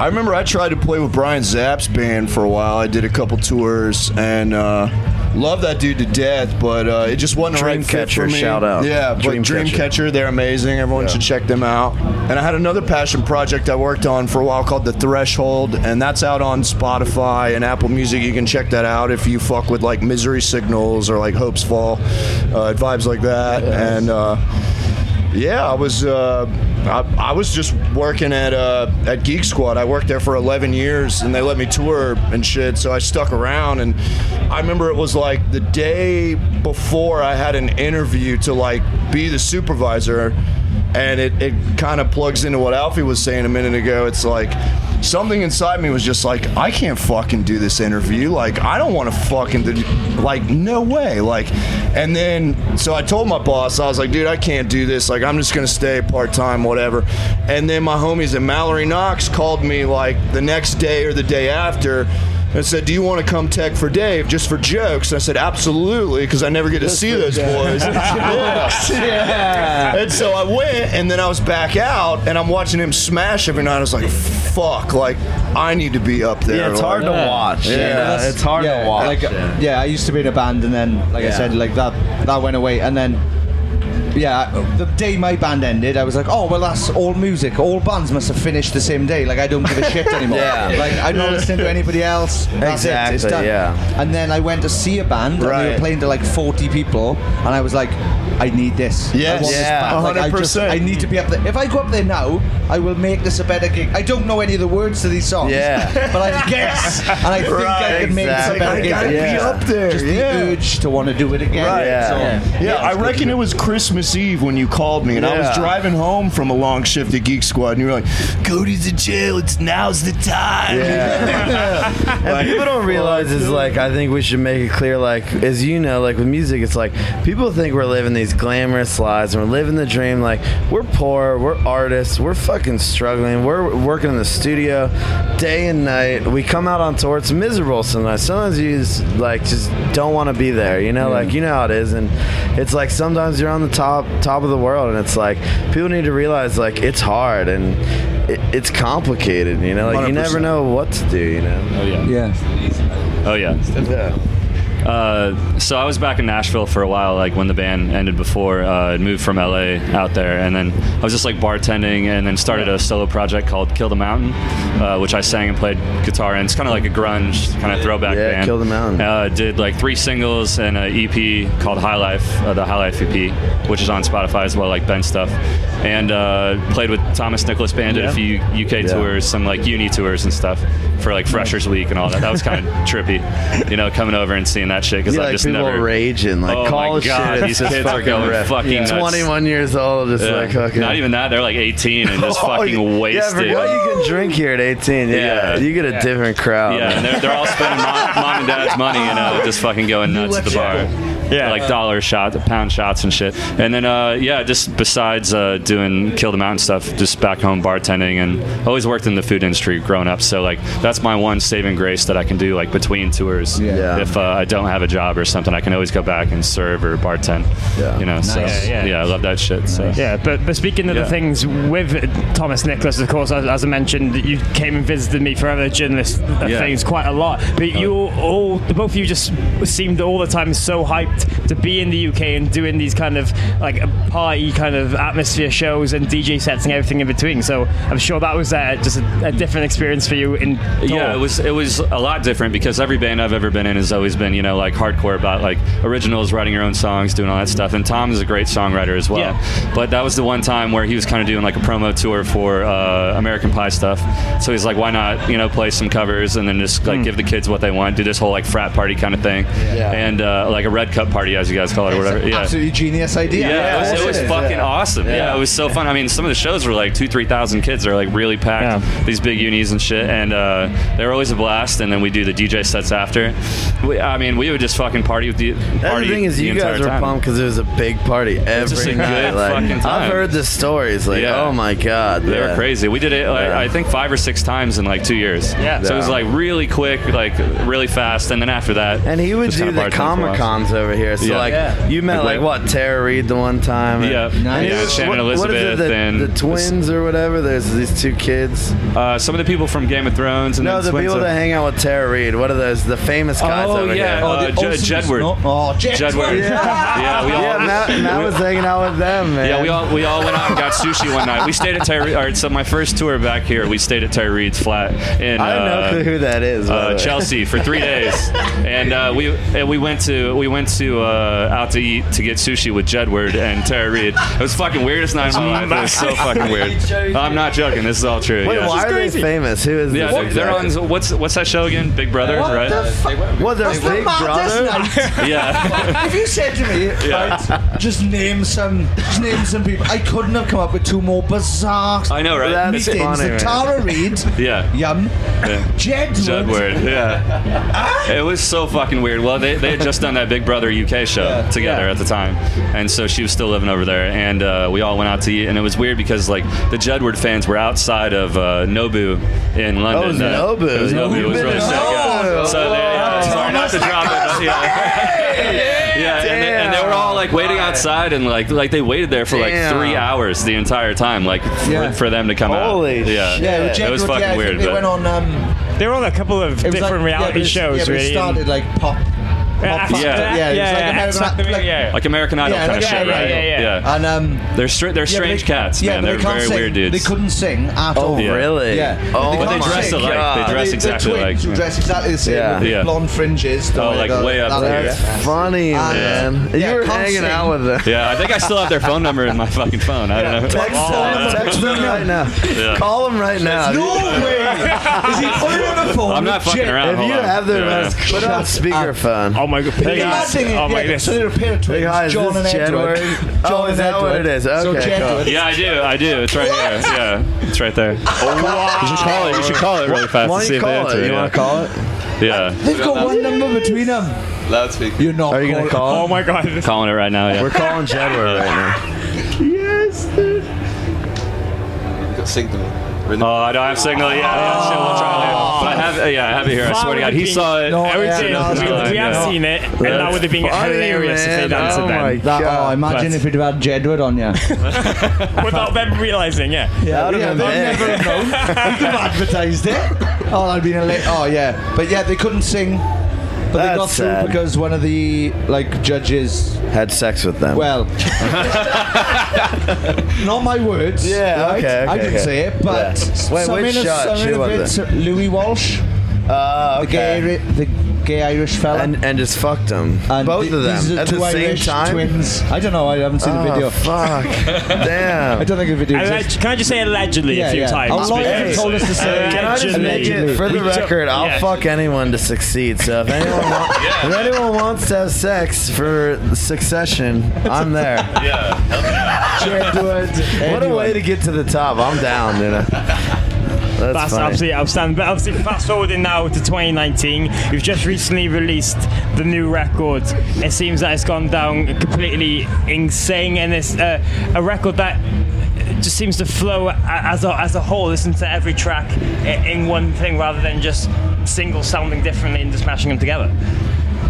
Speaker 6: I remember I tried to play with Brian Zapp's band for a while. I did a couple tours and uh, love that dude to death, but uh, it just wasn't a right fit for
Speaker 1: Dreamcatcher,
Speaker 6: me.
Speaker 1: shout out.
Speaker 6: Yeah, but
Speaker 1: Dreamcatcher.
Speaker 6: Dreamcatcher, they're amazing. Everyone should check them out. And I had another passion project I worked on for a while called The Threshold, and that's out on Spotify and Apple Music. You can check that out if you fuck with like Misery Signals or like Hope's Fall, uh, vibes like that, and. Uh, yeah, I was uh, I, I was just working at uh, at Geek Squad. I worked there for 11 years, and they let me tour and shit. So I stuck around, and I remember it was like the day before I had an interview to like be the supervisor, and it it kind of plugs into what Alfie was saying a minute ago. It's like something inside me was just like I can't fucking do this interview. Like I don't want to fucking do, like no way. Like and then so I told my boss I was like, dude, I can't do this. Like I'm just gonna stay part time, whatever. And then my homies at Mallory Knox called me like the next day or the day after. And said, "Do you want to come tech for Dave just for jokes?" And I said, "Absolutely," because I never get to see those boys.
Speaker 10: Yeah.
Speaker 6: And so I went, and then I was back out, and I'm watching him smash every night. I was like, "Fuck!" Like I need to be up there.
Speaker 1: Yeah, it's hard
Speaker 6: Like-
Speaker 1: to watch. Yeah,
Speaker 10: that's-
Speaker 1: it's hard
Speaker 10: yeah,
Speaker 1: to watch.
Speaker 10: Like, uh, yeah. I used to be in a band, and then, like I
Speaker 1: Yeah.
Speaker 10: said, like that that went away, and then. Yeah, the day my band ended, I was like, "Oh well, that's all music. All bands must have finished the same day. Like, I don't give a shit anymore.
Speaker 1: Yeah.
Speaker 10: Like, I'm not listening to anybody else. That's it. It's
Speaker 1: Exactly,
Speaker 10: done.
Speaker 1: yeah.
Speaker 10: And then I went to see a band, and we
Speaker 1: Right.
Speaker 10: were playing to like 40 people, and I was like, "I need this. I
Speaker 6: Yes.
Speaker 10: want this
Speaker 6: Yeah.
Speaker 10: back. Like, I just-
Speaker 6: 100%.
Speaker 10: I need to be up there. If I go up there now, I will make this a better gig. I don't know any of the words to these songs.
Speaker 1: Yeah.
Speaker 10: but I guess, and I think I
Speaker 1: Right,
Speaker 10: can make this a
Speaker 1: exactly. I
Speaker 10: better gig.
Speaker 1: gotta be Yeah. up
Speaker 6: there.
Speaker 10: Just
Speaker 6: Yeah.
Speaker 10: the urge to want to do it again.
Speaker 6: Right.
Speaker 1: Yeah.
Speaker 10: So,
Speaker 6: Yeah, I reckon it was Christmas Eve when you called me, and I
Speaker 1: Yeah.
Speaker 6: was driving home from a long shift at Geek Squad, and you were like, "Cody's in jail. It's now's the time."
Speaker 1: Yeah. and people don't realize is like I think we should make it clear like as you know like with music it's like people think we're living these glamorous lives and we're living the dream like we're poor we're artists we're fucking struggling we're working in the studio day and night we come out on tour it's miserable sometimes sometimes you just like just don't want to be there you know like you know how it is and it's like sometimes you're on the top top of the world and it's like people need to realize like it's hard and it, it's complicated you know like you never
Speaker 11: 100%.
Speaker 1: know what to do, you know?
Speaker 11: Oh yeah. Oh yeah. Uh, so I was back in Nashville for a while, like when the band ended before. Uh, I moved from LA out there, and then I was just like bartending, and then started a solo project called Kill the Mountain, uh, which I sang and played guitar in. It's kind of like a grunge kind of throwback
Speaker 1: Yeah,
Speaker 11: band.
Speaker 1: Kill the Mountain.
Speaker 11: Uh, did like three singles and an EP called High Life, uh, the High Life EP, which is on Spotify as well, like Ben stuff. And uh, played with Thomas Nicholas Band, did
Speaker 2: Yeah.
Speaker 11: a few UK
Speaker 1: Yeah.
Speaker 11: tours, some like uni tours and stuff for like Freshers Week and all that. That was kind of trippy, you know, coming over and seeing that.
Speaker 2: that shit because
Speaker 1: You,
Speaker 2: I've
Speaker 1: like,
Speaker 2: just
Speaker 1: people
Speaker 2: never
Speaker 1: raging like
Speaker 2: oh
Speaker 1: call
Speaker 2: my
Speaker 1: it
Speaker 2: God,
Speaker 1: shit. It's
Speaker 2: these
Speaker 1: just
Speaker 2: kids are
Speaker 1: fucking
Speaker 2: going
Speaker 1: riff.
Speaker 2: fucking nuts.
Speaker 1: 21 years old, just
Speaker 2: Yeah.
Speaker 1: like fucking.
Speaker 2: Not even that. They're like 18 and just
Speaker 1: Oh,
Speaker 2: fucking
Speaker 1: yeah,
Speaker 2: wasted.
Speaker 1: Yeah, I forgot you can drink here at 18. Yeah, you get a
Speaker 2: Yeah.
Speaker 1: different crowd.
Speaker 2: Yeah, and they're, they're all spending mom, mom and dad's money, you know, just fucking going nuts at the bar. Yeah, like dollar shots, pound shots, and shit. And then, uh, yeah, just besides uh, doing Kill the Mountain stuff, just back home bartending, and always worked in the food industry growing up. So like, that's my one saving grace that I can do like between tours.
Speaker 1: Yeah.
Speaker 2: If uh, I don't have a job or something, I can always go back and serve or bartend. Yeah. You know. So
Speaker 6: Nice.
Speaker 2: yeah,
Speaker 6: Yeah, yeah.
Speaker 2: I love that shit. So
Speaker 6: Yeah, but, but speaking of
Speaker 2: Yeah.
Speaker 6: the things with Thomas Nicholas, of course, as, as I mentioned, you came and visited me for other journalist uh,
Speaker 2: Yeah. Uh,
Speaker 6: things quite a lot. But you all, the both of you just seemed all the time so hyped to be in the UK and doing these kind of like party kind of atmosphere shows and DJ sets and everything in between. So I'm sure that was uh, just a, a different experience for you. In
Speaker 2: Yeah, it was it was a lot different because every band I've ever been in has always been you know like hardcore about like originals, writing your own songs, doing all that stuff. And Tom is a great songwriter as well. But that was the one time where he was kind of doing like a promo tour for uh, American Pie stuff. So he's like, why not you know play some covers and then just like give the kids what they want, do this whole like frat party kind of thing,
Speaker 10: Hmm. Yeah.
Speaker 2: and uh, like a red cup party as you guys call it or whatever. Yeah.
Speaker 10: Absolutely genius idea.
Speaker 2: Yeah, it was, it was fucking
Speaker 10: Yeah.
Speaker 2: awesome. Yeah. it was so fun. I mean, some of the shows were like two, three thousand kids. They're like really packed. These big unis and shit, and uh, they were always a blast. And then we do the DJ sets after. We, I mean, we would just fucking party with the
Speaker 1: That's
Speaker 2: party.
Speaker 1: the thing is,
Speaker 2: the
Speaker 1: you
Speaker 2: entire
Speaker 1: guys were
Speaker 2: time.
Speaker 1: pumped because it was a big party
Speaker 2: was
Speaker 1: every
Speaker 2: just a
Speaker 1: night.
Speaker 2: good
Speaker 1: like,
Speaker 2: fucking time.
Speaker 1: I've heard the stories. Like,
Speaker 2: Yeah.
Speaker 1: oh my god,
Speaker 2: They
Speaker 1: yeah.
Speaker 2: were crazy. We did it, like, I think, five or six times in like two years.
Speaker 1: Yeah.
Speaker 2: So it was like really quick, like really fast, and then after that.
Speaker 1: And he would
Speaker 2: just
Speaker 1: do
Speaker 2: kinda
Speaker 1: the
Speaker 2: bartended for a while.
Speaker 1: Comic Cons over here. So
Speaker 2: Yeah.
Speaker 1: like,
Speaker 2: Yeah.
Speaker 1: you met
Speaker 2: Like,
Speaker 1: like what Tara Reid the one time. and-
Speaker 2: Yeah. Nice. Yeah,
Speaker 1: what-
Speaker 2: Shannon
Speaker 1: what is it,
Speaker 2: Elizabeth
Speaker 1: the,
Speaker 2: and-
Speaker 1: the twins or whatever. There's these two kids.
Speaker 2: Uh, some of the people from Game of Thrones. And
Speaker 1: no,
Speaker 2: then
Speaker 1: the
Speaker 2: Twins
Speaker 1: people
Speaker 2: of-
Speaker 1: that hang out with Tara Reid. What are those? The famous guys
Speaker 2: Oh
Speaker 1: over
Speaker 2: yeah,
Speaker 1: here.
Speaker 2: uh, Ju- Jedward.
Speaker 10: Oh,
Speaker 2: Jedward. Yeah, we all.
Speaker 1: Yeah, Matt, Matt
Speaker 2: we-
Speaker 1: was hanging out with them, man.
Speaker 2: Yeah, we all we all went out and got sushi one night. We stayed at Tyree. All right, so my first tour back here, we stayed at Tyree's flat in.
Speaker 1: I don't know
Speaker 2: uh,
Speaker 1: who- who that is. by the
Speaker 2: uh,
Speaker 1: way.
Speaker 2: Chelsea for three days, and uh, we and we went to we went to uh, out to eat to get sushi with Jedward and Tara Reid. It was fucking weirdest night of my life. It was so fucking weird. I'm not joking. This is all true.
Speaker 1: Wait,
Speaker 2: yeah.
Speaker 1: why are they famous? Who is
Speaker 2: Yeah,
Speaker 1: this?
Speaker 2: they're, they're on.
Speaker 1: exactly?
Speaker 2: What's what's that show again? Big Brother,
Speaker 1: What
Speaker 2: right?
Speaker 1: the What, they're
Speaker 10: That's the
Speaker 1: Big
Speaker 10: maddest
Speaker 1: Brother?
Speaker 10: night.
Speaker 2: Yeah.
Speaker 10: if you said to me,
Speaker 2: Yeah.
Speaker 10: right, just name some, just name some people, I couldn't have come up with two more bizarre.
Speaker 2: I know, right?
Speaker 10: Meetings
Speaker 2: That's funny,
Speaker 10: than
Speaker 2: man.
Speaker 10: Tara Reid,
Speaker 2: yeah.
Speaker 10: Yum. Jedward.
Speaker 2: Jedward, yeah. it was so fucking weird. Well, they, they had just done that Big Brother UK show together at the time. And so she was still living over there. And uh, we all went out to eat. And it was weird because, like, the Jedward fans were outside of uh, Nobu in London.
Speaker 1: it was
Speaker 2: Uh,
Speaker 1: Nobu.
Speaker 2: It was Nobu. It was really sick. yeah.
Speaker 1: Nobu.
Speaker 2: So they, uh, sorry, not to drop it. but, Yeah, yeah and, they, and they were all like waiting outside, and like like they waited there for like
Speaker 1: Damn.
Speaker 2: three hours the entire time, like for,
Speaker 10: Yeah.
Speaker 2: for them to come
Speaker 1: Holy
Speaker 2: out. Yeah,
Speaker 1: shit.
Speaker 10: Yeah,
Speaker 2: it was
Speaker 10: Jedward,
Speaker 2: fucking
Speaker 10: yeah, I think
Speaker 2: weird.
Speaker 10: They
Speaker 2: but-
Speaker 10: went on. Um,
Speaker 6: They were on a couple of
Speaker 10: it was
Speaker 6: different
Speaker 10: like- yeah,
Speaker 6: reality
Speaker 10: but it's-
Speaker 6: shows,
Speaker 10: yeah, but
Speaker 6: really.
Speaker 10: It started like pop.
Speaker 6: yeah,
Speaker 10: pop
Speaker 2: yeah.
Speaker 10: yeah, it was like
Speaker 6: yeah,
Speaker 10: American-
Speaker 6: Factor,
Speaker 10: like-
Speaker 6: yeah.
Speaker 2: like American Idol
Speaker 10: Yeah,
Speaker 2: kind of
Speaker 10: yeah,
Speaker 2: shit,
Speaker 10: yeah,
Speaker 2: right?
Speaker 10: yeah,
Speaker 6: yeah.
Speaker 10: And um,
Speaker 2: They're str- they're
Speaker 10: yeah, but
Speaker 2: strange
Speaker 10: they-
Speaker 2: cats,
Speaker 10: yeah,
Speaker 2: man.
Speaker 10: but
Speaker 2: They're
Speaker 10: they can't
Speaker 2: very
Speaker 10: sing.
Speaker 2: weird dudes.
Speaker 10: They couldn't sing at all.
Speaker 1: Oh, really?
Speaker 10: Yeah.
Speaker 1: Oh,
Speaker 10: they
Speaker 2: But they
Speaker 10: can't
Speaker 2: dress
Speaker 10: sing.
Speaker 2: alike. They dress
Speaker 10: the- the
Speaker 2: exactly
Speaker 10: twins
Speaker 2: alike.
Speaker 10: who dress exactly the same.
Speaker 1: Yeah.
Speaker 10: With
Speaker 2: Yeah.
Speaker 10: Blonde fringes. the
Speaker 2: Oh,
Speaker 10: way
Speaker 2: like
Speaker 10: the-
Speaker 2: way up
Speaker 10: that
Speaker 2: there.
Speaker 10: area.
Speaker 1: That's funny,
Speaker 10: Uh,
Speaker 1: man.
Speaker 10: yeah,
Speaker 1: you were
Speaker 10: come
Speaker 1: hanging
Speaker 10: sing.
Speaker 1: out with them.
Speaker 2: yeah, I think I still have their phone number in my fucking phone. I don't know.
Speaker 1: Text them, text them right now.
Speaker 2: Yeah.
Speaker 1: Call them right now.
Speaker 10: No way! Is he on the phone?
Speaker 2: Oh, I'm not
Speaker 10: with
Speaker 2: fucking
Speaker 10: Jed?
Speaker 2: around.
Speaker 1: If
Speaker 2: Hold
Speaker 1: you
Speaker 2: on.
Speaker 1: have their
Speaker 2: Yeah. Uh,
Speaker 1: mess, put it on speakerphone.
Speaker 6: Oh my god!
Speaker 10: They can't sing it.
Speaker 6: Oh my
Speaker 10: yeah,
Speaker 6: goodness!
Speaker 10: So they're a pair of twins,
Speaker 1: Hey, hi, is
Speaker 10: John
Speaker 1: this
Speaker 10: and Edward.
Speaker 1: Jedward? Oh,
Speaker 10: John
Speaker 1: is
Speaker 10: and
Speaker 1: that what
Speaker 10: Edward.
Speaker 1: it is?
Speaker 10: So
Speaker 1: Okay, cool.
Speaker 10: Jedward.
Speaker 2: Yeah, I do. I do. It's right here. Yeah, it's right there. You should call it. You should call it really fast
Speaker 1: Why don't
Speaker 2: to see
Speaker 1: you
Speaker 2: if they
Speaker 1: call
Speaker 2: answer.
Speaker 1: it? You
Speaker 2: yeah.
Speaker 1: want to call it?
Speaker 2: Yeah,
Speaker 10: They've got one number between them.
Speaker 3: Loudspeaker.
Speaker 10: You're not.
Speaker 1: Are you gonna call?
Speaker 6: Oh my god!
Speaker 2: calling it right now. Yeah.
Speaker 1: We're calling Jedward right now.
Speaker 3: You've got signal. We're in
Speaker 2: Oh,
Speaker 3: the-
Speaker 2: I don't have signal yet. Yeah, shit, we'll try later. But I have, yeah, I have it here. I swear to God, he saw it.
Speaker 10: Oh. No, I
Speaker 6: We
Speaker 10: yeah,
Speaker 6: did.
Speaker 10: no,
Speaker 6: we,
Speaker 10: no,
Speaker 6: we have
Speaker 2: no.
Speaker 6: seen it, and that would have been
Speaker 1: funny,
Speaker 6: hilarious if they'd
Speaker 1: man.
Speaker 6: answered
Speaker 1: Oh
Speaker 6: then.
Speaker 1: my
Speaker 10: That, oh,
Speaker 1: God.
Speaker 10: imagine if we'd have had Jedward on you.
Speaker 6: Without them realizing, yeah.
Speaker 1: That would've
Speaker 10: yeah,
Speaker 1: been
Speaker 10: they'd
Speaker 1: big.
Speaker 10: never have known. we could have advertised it. Oh, that'd been a lit. Oh, yeah. But yeah, they couldn't sing. But they
Speaker 1: That's
Speaker 10: got through
Speaker 1: sad.
Speaker 10: because one of the like judges.
Speaker 1: Had sex with them.
Speaker 10: Well, not my words.
Speaker 1: Yeah,
Speaker 10: right?
Speaker 1: okay,
Speaker 10: I
Speaker 1: okay,
Speaker 10: didn't
Speaker 1: okay.
Speaker 10: say it, but
Speaker 1: Yeah. Wait,
Speaker 10: some
Speaker 1: which
Speaker 10: inno-
Speaker 1: judge?
Speaker 10: some
Speaker 1: Who was
Speaker 10: innovates- Louis Walsh.
Speaker 1: Uh,
Speaker 10: The gay
Speaker 1: okay.
Speaker 10: Iri- the gay Irish fella,
Speaker 1: and, and just fucked them.
Speaker 10: And
Speaker 1: Both
Speaker 10: th-
Speaker 1: of them
Speaker 10: these are
Speaker 1: at
Speaker 10: two
Speaker 1: the same
Speaker 10: Irish
Speaker 1: time.
Speaker 10: Twins. I don't know. I haven't seen
Speaker 1: Oh,
Speaker 10: the video.
Speaker 1: Fuck. Damn.
Speaker 10: I don't think the video
Speaker 2: Alleg-
Speaker 10: exists.
Speaker 2: can I just say allegedly
Speaker 10: Yeah,
Speaker 2: a few
Speaker 10: yeah.
Speaker 2: times?
Speaker 10: Our lawyers
Speaker 2: because-
Speaker 10: told us to say
Speaker 1: Can I just make
Speaker 2: Allegedly.
Speaker 1: it for the
Speaker 2: We don't-
Speaker 1: record? I'll
Speaker 2: yeah.
Speaker 1: fuck anyone to succeed. So if anyone, wa- if anyone wants to have sex for succession, I'm there.
Speaker 12: Yeah.
Speaker 1: what a way to get to the top. I'm down, you know. That's,
Speaker 2: That's
Speaker 1: funny.
Speaker 2: absolutely outstanding. But obviously, fast forwarding now to 2019, we've just recently released the new record. It seems that it's gone down completely insane, and it's uh, a record that just seems to flow a- as a, as a whole. Listen to every track i- in one thing rather than just singles sounding differently and just mashing them together.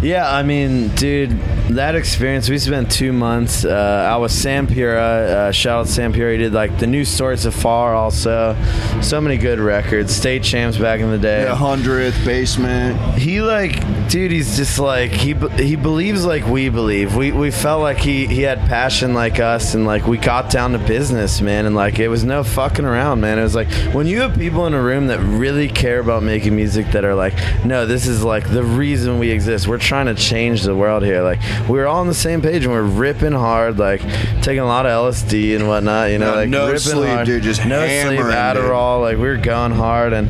Speaker 1: Yeah, I mean, dude, that experience. We spent two months. Uh, I was Sam Pura. Uh, shout out Sam Pura. He did like the new stories of Far. Also, so many good records. State champs back in the day.
Speaker 6: The hundredth basement.
Speaker 1: He like, dude. He's just like he. be- He believes like we believe. We we felt like he he had passion like us, and like we got down to business, man. And like it was no fucking around, man. It was like when you have people in a room that really care about making music that are like, no, this is like the reason we exist. We're trying to change the world here. Like we're all on the same page, and we're ripping hard, like taking a lot of LSD and whatnot. You know,
Speaker 6: Yeah,
Speaker 1: like
Speaker 6: no
Speaker 1: ripping
Speaker 6: sleep,
Speaker 1: hard.
Speaker 6: dude, just
Speaker 1: no sleep,
Speaker 6: hammering, dude.
Speaker 1: Adderall all, like we were going hard and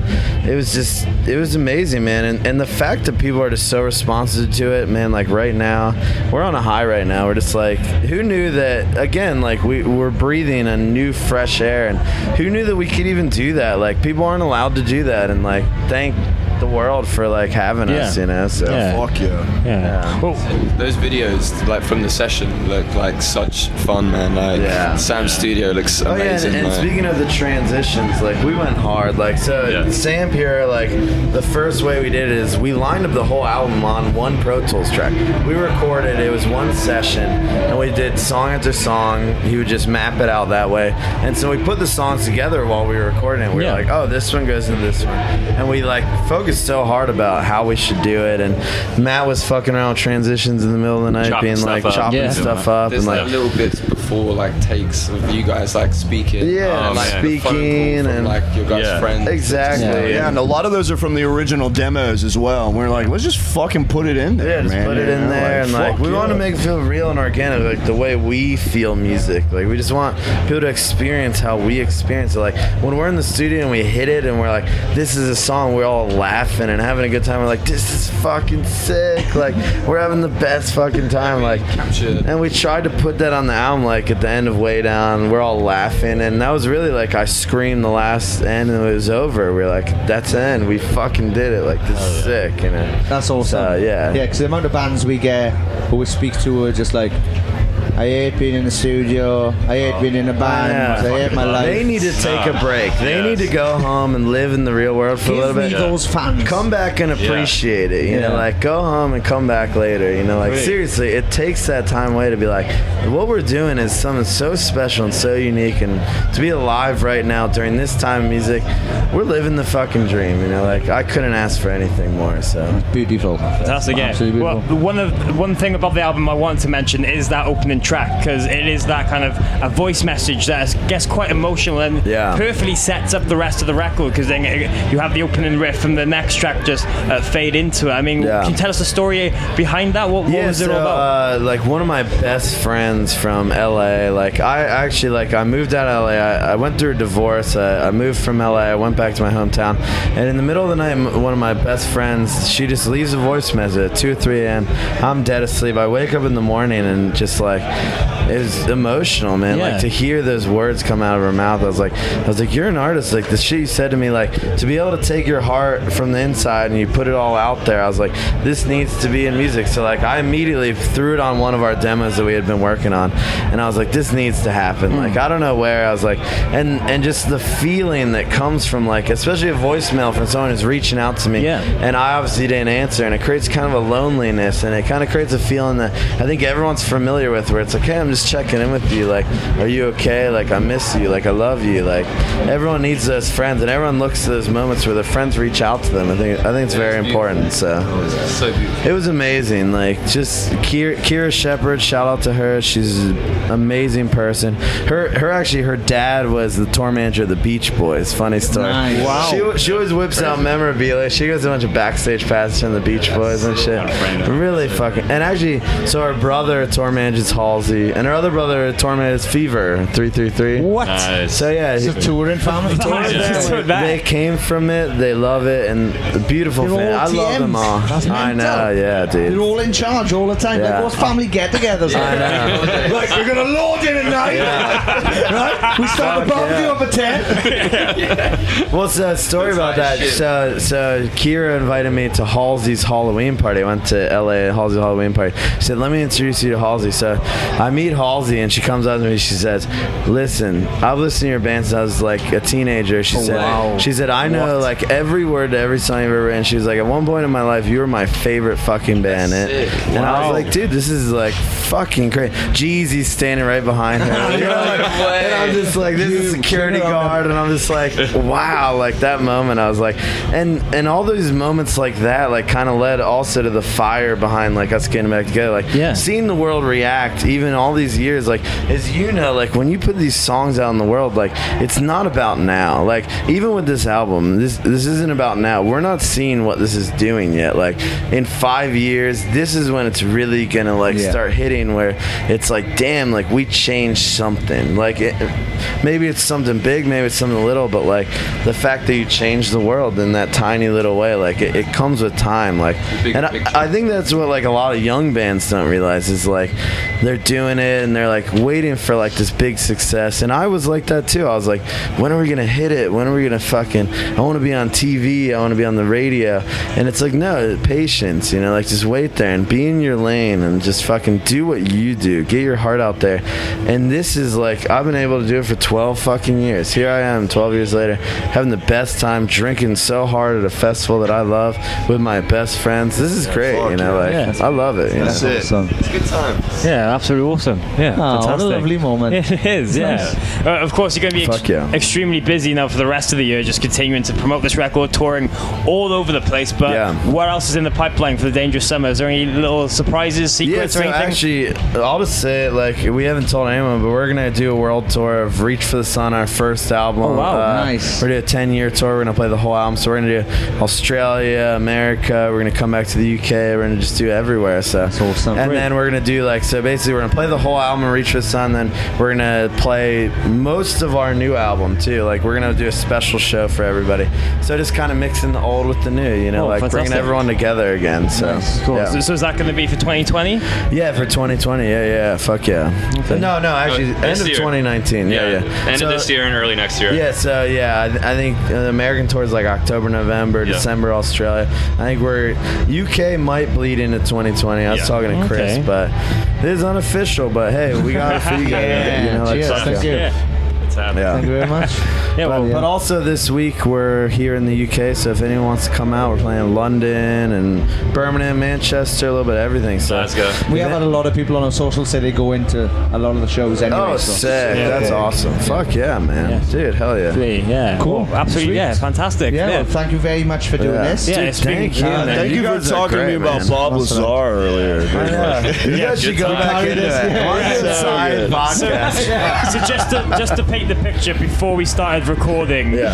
Speaker 1: it was just it was amazing man and, and the fact that people are just so responsive to it man like right now we're on a high right now we're just like who knew that again like we, we're breathing a new fresh air and who knew that we could even do that like people aren't allowed to do that and like thank the world for like having us
Speaker 9: Yeah.
Speaker 1: you know so
Speaker 9: Yeah. Fuck
Speaker 1: yeah yeah
Speaker 9: Those videos, like from the session, look like such fun, man. Like Sam's studio looks
Speaker 1: Oh yeah,
Speaker 9: amazing.
Speaker 1: and, and
Speaker 9: like-
Speaker 1: speaking of the transitions, like we went hard. Like so, Sam Pierre, like the first way we did it is we lined up the whole album on one Pro Tools track. We recorded it was one session, and we did song after song. He would just map it out that way, and so we put the songs together while we were recording it. We were like, oh, this one goes into this one, and we like focused so hard about how we should do it. And Matt was fucking around with transitions in the middle of the night, being like chopping stuff up
Speaker 9: There's
Speaker 1: and like.
Speaker 9: like little bits before like takes of you guys like speaking.
Speaker 1: Yeah,
Speaker 9: and, like, the phone
Speaker 1: speaking
Speaker 9: call from,
Speaker 1: and-
Speaker 9: like your guys'
Speaker 1: Yeah.
Speaker 9: friends.
Speaker 1: Exactly.
Speaker 6: Yeah.
Speaker 1: Yeah.
Speaker 6: and a lot of those are from the original demos as well. And we're like, let's just fucking put it in there,
Speaker 1: Yeah, just
Speaker 6: man.
Speaker 1: put it
Speaker 6: you
Speaker 1: in
Speaker 6: know?
Speaker 1: there, and like
Speaker 6: fuck
Speaker 1: we want to
Speaker 6: yeah.
Speaker 1: make it feel real and organic, like the way we feel music. Like we just want people to experience how we experience it. Like when we're in the studio and we hit it, and we're like, "This is a song." We're all laughing and having a good time. We're like, "This is fucking sick!" Like we're having the best fucking time. Like, and we tried to put that on the album. Like at the end of Way Down, we're all laughing, and that was really like I screamed the last end, and it was over. We are like, "That's the end. We fucking did it. Like this is sick." You know.
Speaker 10: That's awesome.
Speaker 1: Uh,
Speaker 10: yeah. Yeah, because the amount of bands we get who we speak to are just like, I hate being in the studio. I hate being in a band. I hate my life.
Speaker 1: They need to take a break. They
Speaker 10: Yeah.
Speaker 1: need to go home and live in the real world for
Speaker 10: Give
Speaker 1: a little bit.
Speaker 10: me those fans.
Speaker 1: Come back and
Speaker 10: Yeah.
Speaker 1: appreciate it. You know,
Speaker 10: Yeah.
Speaker 1: like go home and come back later. You know, like
Speaker 10: Right.
Speaker 1: seriously, it takes that time away to be like, what we're doing is something so special and so unique, and to be alive right now during this time of music, we're living the fucking dream. You know, like I couldn't ask for anything more. So
Speaker 10: beautiful.
Speaker 2: Fantastic, yeah.
Speaker 1: Absolutely
Speaker 2: Well, the one of one thing about the album I wanted to mention is that opening track because it is that kind of a voice message that is, gets quite emotional and perfectly sets up the rest of the record because then it- you have the opening riff and the next track just uh, fade into it. I mean, can you tell us the story behind that? What, what
Speaker 1: yeah,
Speaker 2: was it
Speaker 1: so,
Speaker 2: all about?
Speaker 1: Uh, like one of my best friends from LA. Like I actually like I moved out of LA. I, I went through a divorce. I, I moved from LA. I went back to my hometown. And in the middle of the night, m- one of my best friends she just leaves a voice message at two or three a.m. I'm dead asleep. I wake up in the morning and just like it was emotional, man.
Speaker 13: Yeah.
Speaker 1: Like to hear those words come out of her mouth, I was like, I was like, you're an artist. Like the shit you said to me, like to be able to take your heart from the inside and you put it all out there. I was like, this needs to be in music. So like, I immediately threw it on one of our demos that we had been working on, and I was like, this needs to happen. Like I don't know where I was like, and and just the feeling that comes from like, especially a voicemail from someone who's reaching out to me, yeah. and I obviously didn't answer, and it creates kind of a loneliness, and it kind of creates a feeling that I think everyone's familiar with, where it's It's like, hey, I'm just checking in with you. Like, are you okay? Like, I miss you. Like, I love you. Like, everyone needs those friends, and everyone looks to those moments where their friends reach out to them. I think I think it's very important. So,
Speaker 9: so
Speaker 1: it was amazing. Like, just Kira, Kira Shepherd. Shout out to her. She's an amazing person. Her her actually her dad was the tour manager of the Beach Boys. Funny story.
Speaker 12: Nice. Wow.
Speaker 1: She, she always whips out memorabilia. She goes to a bunch of backstage passes from the Beach Boys and shit. Really fucking. And actually, so her brother tour manages Halsey, and her other brother tour manages Fever 333.
Speaker 10: What?
Speaker 11: Nice.
Speaker 1: So yeah,
Speaker 10: It's a
Speaker 1: he-
Speaker 10: touring family.
Speaker 1: Touring
Speaker 10: Yeah.
Speaker 1: family.
Speaker 10: Yeah.
Speaker 1: They came from it. They love it, and a beautiful
Speaker 10: They're
Speaker 1: fan.
Speaker 10: all
Speaker 1: I love them
Speaker 10: TMs.
Speaker 1: all.
Speaker 10: That's
Speaker 1: I know.
Speaker 10: mental.
Speaker 1: Yeah, dude.
Speaker 10: They're all in charge all the time.
Speaker 1: Yeah.
Speaker 10: Like, what's family get-togethers?
Speaker 1: I
Speaker 10: like?
Speaker 1: know.
Speaker 10: like, we're gonna lord in tonight. right? We start the
Speaker 1: Fuck,
Speaker 10: barbecue
Speaker 1: yeah.
Speaker 10: up at ten.
Speaker 1: Well, so story about that.
Speaker 10: shit.
Speaker 1: So, so Kira invited me to Halsey's Halloween party. I went to LA Halsey's Halloween party. She said, "Let me introduce you to Halsey." So, I meet Halsey, and she comes up to me. She says, "Listen, I've listened to your band since I was like a teenager." She
Speaker 12: Oh,
Speaker 1: said,
Speaker 12: wow.
Speaker 1: "She said I know like every word to every song you've ever written." She was like, "At one point in my life, you were my favorite fucking band." And,
Speaker 12: sick.
Speaker 1: and I
Speaker 12: Wow.
Speaker 1: was like, "Dude, this is like fucking crazy." Jeezy's standing right behind her. You know, like, and I'm just like, this is security guard, and I'm just like, wow, like that moment. I was like, and and all those moments like that, like kind of led also to the fire behind like us getting back together. Like, yeah. seeing the world react, even all these years, like as you know, like when you put these songs out in the world, like it's not about now. Like even with this album, this this isn't about now. We're not seeing what this is doing yet. Like in five years, this is when it's really gonna like
Speaker 12: Yeah.
Speaker 1: start start hitting where it's like, damn, like we changed something. Like it, maybe it's something big, maybe it's something little, but like the fact that you changed the world in that tiny little way, like it, it comes with time. Like, and I, I think that's what like a lot of young bands don't realize is like they're doing it and they're like waiting for like this big success. And I was like that too. I was like, when are we gonna hit it? When are we gonna fucking? I want to be on TV. I want to be on the radio. And it's like, no, patience. You know, like just wait there and be in your lane and just fucking do what you do. Get your heart out there. And this is like, I've been able to do it for 12 fucking years. Here I am, 12 years later, having the best time, drinking so hard at a festival that I love with my best friends. This is great. You know, like
Speaker 2: Yeah.
Speaker 1: I love it. You
Speaker 2: That's
Speaker 1: know?
Speaker 2: it. Awesome.
Speaker 9: It's a good time.
Speaker 2: Yeah, absolutely awesome. Yeah,
Speaker 1: Oh, what a
Speaker 2: fantastic.
Speaker 1: lovely
Speaker 10: moment.
Speaker 2: It is, yeah.
Speaker 1: Nice.
Speaker 2: Uh, of course, you're going to be ex-
Speaker 1: Fuck yeah.
Speaker 2: extremely busy now for the rest of the year, just continuing to promote this record, touring all over the place. But what else is in the pipeline for the Dangerous Summer? Is there any little surprises, secrets,
Speaker 1: yeah, so
Speaker 2: or anything?
Speaker 1: Actually, I'll just say it like we haven't told anyone, but we're gonna do a world tour of Reach for the Sun, our first album.
Speaker 2: Oh, wow.
Speaker 1: nice. We're gonna do a ten year tour. We're gonna play the whole album. So we're gonna do Australia, America. We're gonna come back to the UK. We're gonna just do everywhere. So that's awesome. And then we're gonna do like so. Basically, we're gonna play the whole album, Reach for the Sun. Then we're gonna play most of our new album too. Like we're gonna do a special show for everybody. So just kind of mixing the old with the new. You know,
Speaker 2: Oh,
Speaker 1: like
Speaker 2: fantastic.
Speaker 1: bringing everyone together again. So
Speaker 2: Cool.
Speaker 1: yeah.
Speaker 2: So, so is that going to be for 2020?
Speaker 1: Yeah, for 2020. Yeah, yeah. Fuck yeah. No, no. Actually,
Speaker 11: Uh,
Speaker 1: end
Speaker 11: this
Speaker 1: of
Speaker 11: year.
Speaker 1: 2019. Yeah, yeah.
Speaker 11: End
Speaker 1: So-
Speaker 11: of this year and early next year.
Speaker 1: Yeah, so yeah, I, th- I think uh, the American tour is like October, November,
Speaker 11: Yeah.
Speaker 1: December, Australia. I think we're UK might bleed into 2020. I was
Speaker 11: Yeah.
Speaker 1: talking to Chris,
Speaker 11: Okay.
Speaker 1: but this is unofficial. But hey, we got it for you guys. you know, like, fuck yeah.
Speaker 11: It's happening.
Speaker 1: Yeah. Thank you very
Speaker 10: much.
Speaker 2: yeah,
Speaker 1: but, but also this week we're here in the UK, so if anyone wants to come out, we're playing London and Birmingham, Manchester, a little bit of everything. So
Speaker 11: let's go.
Speaker 10: We have had a lot of people on our social say they go into a lot of the shows anyway.
Speaker 1: Oh,
Speaker 10: so.
Speaker 1: sick!
Speaker 10: Yeah.
Speaker 1: That's awesome. Fuck yeah, man, dude, hell yeah.
Speaker 2: Three, yeah.
Speaker 10: Cool.
Speaker 2: Oh, absolutely,
Speaker 10: Sweet.
Speaker 2: yeah. Fantastic.
Speaker 10: Yeah,
Speaker 2: Yeah.
Speaker 10: well, thank you very much for doing
Speaker 2: Yeah.
Speaker 10: this.
Speaker 2: Yeah, Dude, it's been- thank you, uh, man.
Speaker 6: Thank you, for
Speaker 1: guys are
Speaker 6: talking to me
Speaker 1: great,
Speaker 6: about
Speaker 1: man.
Speaker 6: Bob
Speaker 1: Awesome.
Speaker 6: Lazar earlier.
Speaker 1: You
Speaker 6: Yeah,
Speaker 1: guys should
Speaker 6: good
Speaker 1: go
Speaker 6: time.
Speaker 1: back into
Speaker 6: Yeah.
Speaker 1: it.
Speaker 6: Yeah.
Speaker 1: One side
Speaker 6: Yeah.
Speaker 1: podcast.
Speaker 2: so just to just to paint the picture before we started recording,
Speaker 11: Yeah.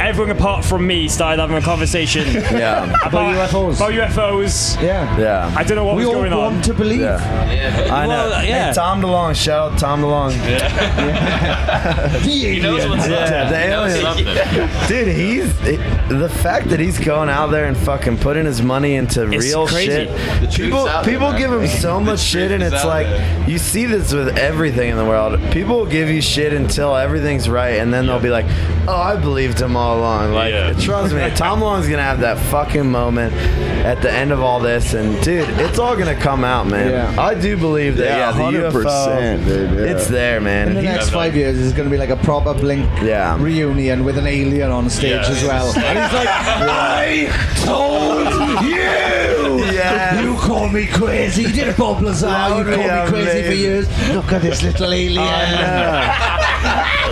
Speaker 2: everyone apart from me started having a conversation
Speaker 1: Yeah.
Speaker 2: about UFOs. About UFOs.
Speaker 10: Yeah.
Speaker 1: Yeah.
Speaker 2: I don't know what
Speaker 10: We
Speaker 2: was
Speaker 10: all
Speaker 2: going
Speaker 10: want
Speaker 2: on.
Speaker 10: to believe.
Speaker 1: I know.
Speaker 2: Well, yeah.
Speaker 1: Hey, Tom DeLong, shout out Tom DeLong.
Speaker 10: he
Speaker 1: knows what's up. He knows
Speaker 11: something.
Speaker 1: Dude, he's it- the fact that he's going out there and fucking putting his money into
Speaker 12: It's
Speaker 1: real
Speaker 12: crazy. The
Speaker 1: shit.
Speaker 12: truth's
Speaker 1: People
Speaker 12: out there,
Speaker 1: people
Speaker 12: man.
Speaker 1: give him so
Speaker 12: The
Speaker 1: much shit, and
Speaker 12: truth is
Speaker 1: it's
Speaker 12: out
Speaker 1: like
Speaker 12: there.
Speaker 1: you see this with everything in the world. People give you shit until everything's right, and then they'll be like, oh, I believed him all along. Like, trust me, Tom Long's gonna have that fucking moment at the end of all this, and dude, it's all gonna come out, man.
Speaker 6: Yeah.
Speaker 1: I do believe that. Yeah,
Speaker 6: Yeah,
Speaker 1: the
Speaker 6: 100%,
Speaker 1: UFO,
Speaker 6: dude, yeah.
Speaker 1: it's there, man.
Speaker 10: In the
Speaker 1: And he-
Speaker 10: next five years, there's going to be like a proper Blink reunion with an alien on stage
Speaker 1: Yeah.
Speaker 10: as well. And he's like, I told you!
Speaker 1: Yeah.
Speaker 10: You called me crazy. You did a Bob Lazar.
Speaker 6: That
Speaker 10: you
Speaker 6: would be
Speaker 10: called me crazy for
Speaker 6: amazing.
Speaker 10: years. Look at this little alien.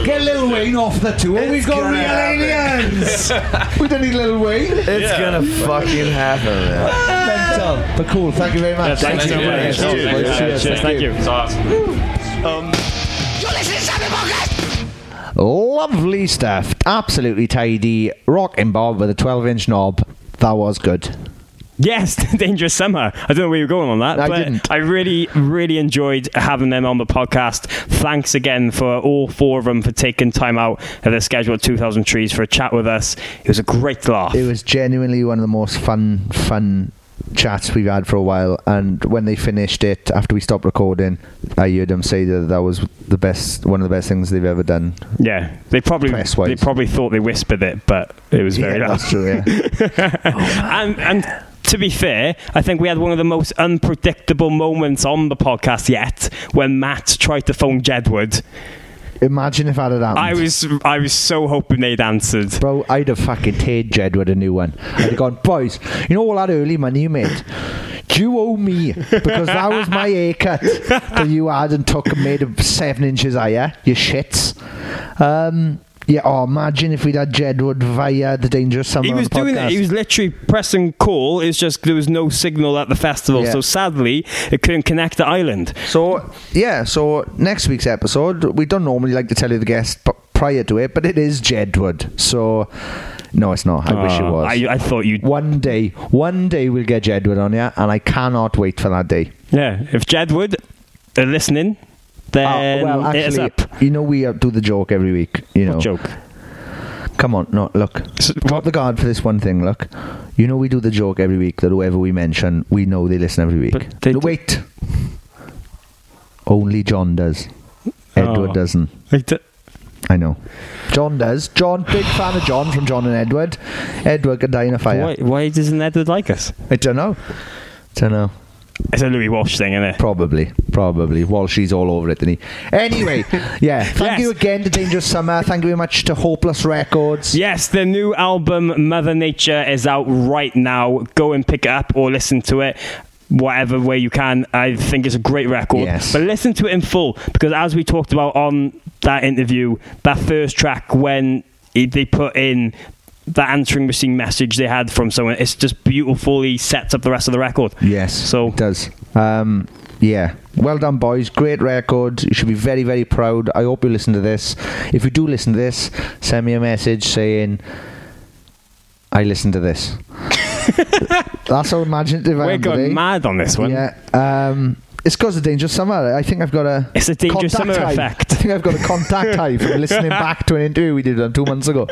Speaker 10: Get Lil Wayne off the tour. We've got real
Speaker 1: gonna happen.
Speaker 10: aliens. we don't need Lil Wayne.
Speaker 1: It's gonna fucking happen, man.
Speaker 10: Mental. But cool. Thank you very much.
Speaker 11: It's awesome.
Speaker 5: Lovely stuff. Absolutely tidy. Rock and Bob with a 12 inch knob. That was good.
Speaker 2: Yes, Dangerous Summer. I don't know where you were going on that,
Speaker 5: I
Speaker 2: but
Speaker 5: didn't.
Speaker 2: I really, really enjoyed having them on the podcast. Thanks again for all four of them for taking time out of their schedule at 2000 Trees for a chat with us. It was a great laugh.
Speaker 5: It was genuinely one of the most fun, fun chats we've had for a while. And when they finished it, after we stopped recording, I heard them say that that was the best, one of the best things they've ever done.
Speaker 2: Yeah, they probably they probably thought they whispered it, but it was very
Speaker 5: Yeah,
Speaker 2: loud.
Speaker 5: that's true,
Speaker 2: and and to be fair, I think we had one of the most unpredictable moments on the podcast yet when Matt tried to phone Jedward.
Speaker 5: Imagine if that had happened.
Speaker 2: I was I was so hoping they'd answered.
Speaker 5: Bro, I'd have fucking paid Jed with a new one. I'd have gone, boys, you know all that early money you made? You owe me because that was my haircut that you had and took and made of seven inches higher. You shits. Um, yeah, oh, imagine if we'd had Jedward via the Dangerous Summer.
Speaker 2: He was
Speaker 5: on the
Speaker 2: doing
Speaker 5: podcast.
Speaker 2: that. He was literally pressing call. It's just there was no signal at the festival,
Speaker 5: Yeah.
Speaker 2: so sadly it couldn't connect the island.
Speaker 5: So yeah, so next week's episode, we don't normally like to tell you the guest p- prior to it, but it is Jedward. So no, it's not. I wish it
Speaker 2: Ah,
Speaker 5: was.
Speaker 2: I, I thought you'd.
Speaker 5: One day, one day we'll get Jedward on here, and I cannot wait for that day.
Speaker 2: Yeah, if Jedward are listening, then
Speaker 5: Oh, well,
Speaker 2: hit us
Speaker 5: actually,
Speaker 2: up.
Speaker 5: you know we uh, do the joke every week. You know,
Speaker 2: joke.
Speaker 5: Come on, no, look. Drop the guard for this one thing. Look, you know we do the joke every week that whoever we mention, we know they listen every week. But wait, only John does. Edward
Speaker 12: Oh.
Speaker 5: doesn't.
Speaker 2: I,
Speaker 5: know. John does. John, big fan of John from John and Edward. Edward could die in a fire.
Speaker 2: Why, why doesn't Edward like us?
Speaker 5: I don't know. Don't know.
Speaker 2: It's a Louis Walsh thing, isn't it?
Speaker 5: Probably, probably. Walshy's all over it, didn't he? Anyway, yeah. Thank you again to Dangerous Summer. Thank you very much to Hopeless Records.
Speaker 2: Yes, their new album Mother Nature is out right now. Go and pick it up or listen to it. Whatever way you can, I think it's a great record. But listen to it in full because, as we talked about on that interview, that first track when it, they put in that answering machine message they had from someone, it's just beautifully sets up the rest of the record.
Speaker 5: Yes. So it does. Um, yeah. Well done, boys. Great record. You should be very, very proud. I hope you listen to this. If you do listen to this, send me a message saying, "I listened to this." That's how imaginative I
Speaker 2: We're
Speaker 5: am
Speaker 2: going
Speaker 5: today.
Speaker 2: mad on this one.
Speaker 5: Yeah. Um, it's because of Dangerous Summer. I think I've got a.
Speaker 2: It's a Dangerous
Speaker 5: contact
Speaker 2: Summer
Speaker 5: high.
Speaker 2: effect.
Speaker 5: I think I've got a contact high from listening back to an interview we did with them two months ago.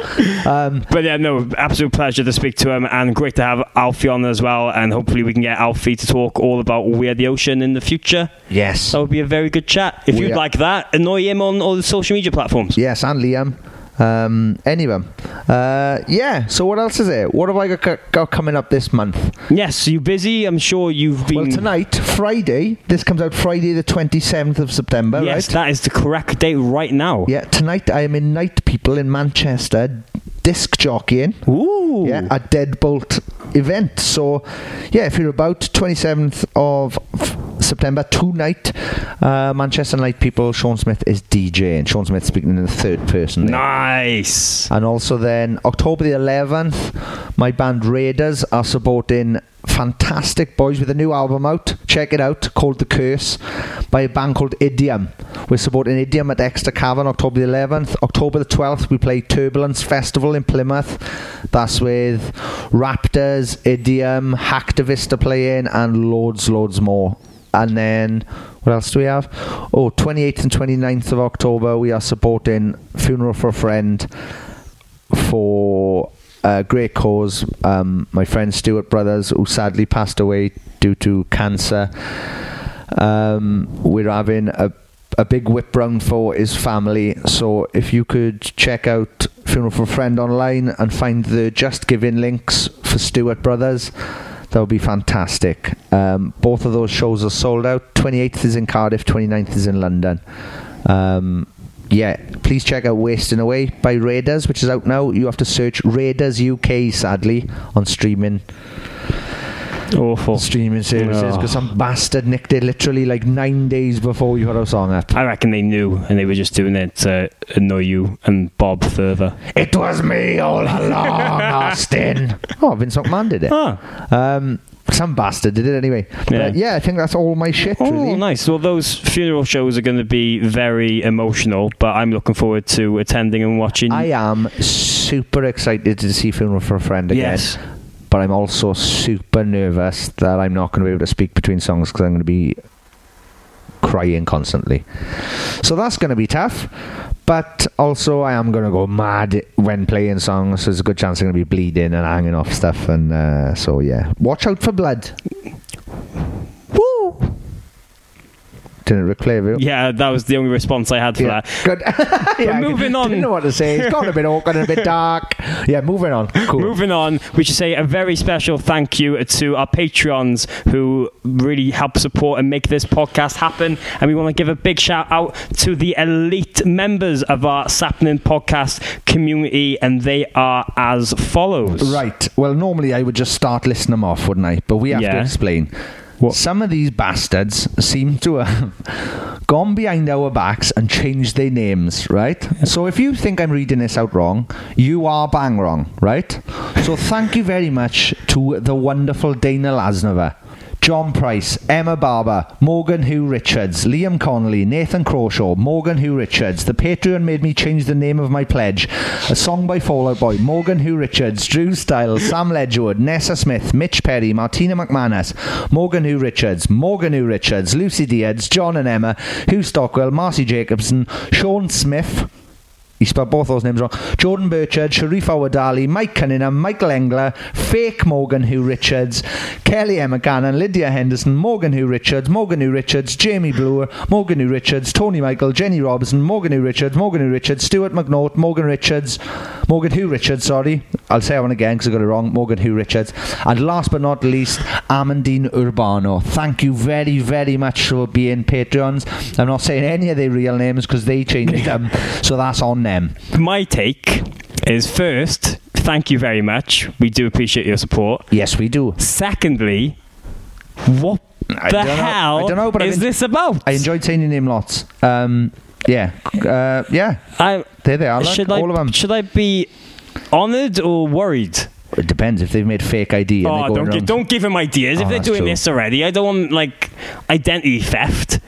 Speaker 5: Um,
Speaker 2: but yeah, no, absolute pleasure to speak to him, and great to have Alfie on as well. And hopefully, we can get Alfie to talk all about We Are the Ocean in the future.
Speaker 5: Yes,
Speaker 2: that would be a very good chat. If
Speaker 5: We
Speaker 2: you'd
Speaker 5: are-
Speaker 2: like that, annoy him on all the social media platforms.
Speaker 5: Yes, and Liam. Um, any of them. Uh, yeah, so what else is there? What have I got, got- got coming up this month?
Speaker 2: Yes, you busy? I'm sure you've been.
Speaker 5: Well, tonight, Friday, this comes out Friday the 27th of September,
Speaker 2: yes,
Speaker 5: right?
Speaker 2: that is the correct date right now.
Speaker 5: Yeah, tonight I am in Night People in Manchester, disc jockeying.
Speaker 2: Ooh.
Speaker 5: Yeah, a Deadbolt event. So, yeah, if you're about 27th of f- September, tonight, uh, Manchester Night People, Sean Smith is DJ, and Sean Smith speaking in the third person. there.
Speaker 2: Nice.
Speaker 5: And also then October the 11th, my band Raiders are supporting fantastic boys with a new album out. Check it out, called The Curse, by a band called Idiom. We're supporting Idiom at Exeter Cavern October the 11th. October the 12th, we play Turbulence Festival in Plymouth. That's with Raptors, Idiom, Hacktivist are playing, and loads, loads more. And then what else do we have? Oh, 28th and 29th of October, we are supporting Funeral for a Friend for a great cause. Um, my friend Stuart Brothers, who sadly passed away due to cancer. Um, we're having a, a big whip round for his family. So if you could check out Funeral for a Friend online and find the Just Giving links for Stewart Brothers, that would be fantastic. Um, both of those shows are sold out. 28th is in Cardiff, 29th is in London. Um, yeah, please check out Wasting Away by Raiders, which is out now. You have to search Raiders UK, sadly, on streaming Uh,
Speaker 2: awful
Speaker 5: streaming services
Speaker 2: Oh.
Speaker 5: because some bastard nicked it literally like nine days before you had our song up.
Speaker 2: I reckon they knew, and they were just doing it to annoy you and Bob further.
Speaker 5: It was me all along, Austin. Oh, Vince McMahon did it.
Speaker 2: Ah.
Speaker 5: Um, some bastard did it anyway. But,
Speaker 2: Yeah.
Speaker 5: uh, yeah, I think that's all my shit.
Speaker 2: Oh,
Speaker 5: really.
Speaker 2: nice. Well, those funeral shows are going to be very emotional, but I'm looking forward to attending and watching.
Speaker 5: I am super excited to see Funeral for a Friend again.
Speaker 2: Yes.
Speaker 5: But I'm also super nervous that I'm not going to be able to speak between songs because I'm going to be crying constantly. So that's going to be tough. But also, I am going to go mad when playing songs. So there's a good chance I'm going to be bleeding and hanging off stuff. And uh, so, yeah. Watch out for blood. Woo! Didn't Rick play it?
Speaker 2: yeah, that was the only response I had for
Speaker 5: Yeah.
Speaker 2: that.
Speaker 5: Good. yeah, I
Speaker 2: moving
Speaker 5: didn't
Speaker 2: on.
Speaker 5: know what to say. It's gone a bit awkward and a bit dark. Yeah, moving on. Cool.
Speaker 2: Moving on, we should say a very special thank you to our Patreons who really help support and make this podcast happen. And we want to give a big shout out to the elite members of our Sapnin podcast community, and they are as follows.
Speaker 5: Right. Well, normally I would just start listing them off, wouldn't I? But we have to
Speaker 2: Yeah.
Speaker 5: explain. Some of these bastards seem to have gone behind our backs and changed their names, right? So if you think I'm reading this out wrong, you are bang wrong, right? So thank you very much to the wonderful Dana Lasnova. John Price, Emma Barber, Morgan Hugh Richards, Liam Connolly, Nathan Crawshaw, Morgan Hugh Richards. The Patreon made me change the name of my pledge. A song by Fallout Boy, Morgan Hugh Richards, Drew Stiles, Sam Ledgewood, Nessa Smith, Mitch Perry, Martina McManus, Morgan Hugh Richards, Morgan Hugh Richards, Lucy Dietz, John and Emma, Hugh Stockwell, Marcy Jacobson, Sean Smith. He spelled both those names wrong. Jordan Burchard, Sharif Awadali, Mike Cunningham, Michael Engler, Fake Morgan Hugh Richards, Kelly Emma Gannon, Lydia Henderson, Morgan Hugh Richards, Morgan Hugh Richards, Jamie Brewer, Morgan Hugh Richards, Tony Michael, Jenny Robinson, Morgan Hugh Richards, Morgan Hugh Richards, Stuart McNaught, Morgan Richards, Morgan Hugh Richards, sorry. I'll say that one again because I got it wrong. Morgan Hugh Richards. And last but not least, Amandine Urbano. Thank you very, very much for being Patreons. I'm not saying any of their real names because they changed them, so that's on them.
Speaker 2: My take is first, thank you very much. We do appreciate your support.
Speaker 5: Yes, we do.
Speaker 2: Secondly, what
Speaker 5: I
Speaker 2: the
Speaker 5: don't know-
Speaker 2: hell
Speaker 5: I don't know, but I've
Speaker 2: is
Speaker 5: en-
Speaker 2: this about?
Speaker 5: I enjoyed saying your name lots. Um, yeah. Uh, yeah.
Speaker 2: I,
Speaker 5: there they are. Look,
Speaker 2: should I,
Speaker 5: all of them.
Speaker 2: Should I be honoured or worried?
Speaker 5: It depends if they've made fake ID. And they're
Speaker 2: Oh,
Speaker 5: going
Speaker 2: don't, gi-
Speaker 5: around.
Speaker 2: don't give him ideas.
Speaker 5: Oh,
Speaker 2: if they're
Speaker 5: that's
Speaker 2: doing
Speaker 5: true.
Speaker 2: this already, I don't want like identity theft.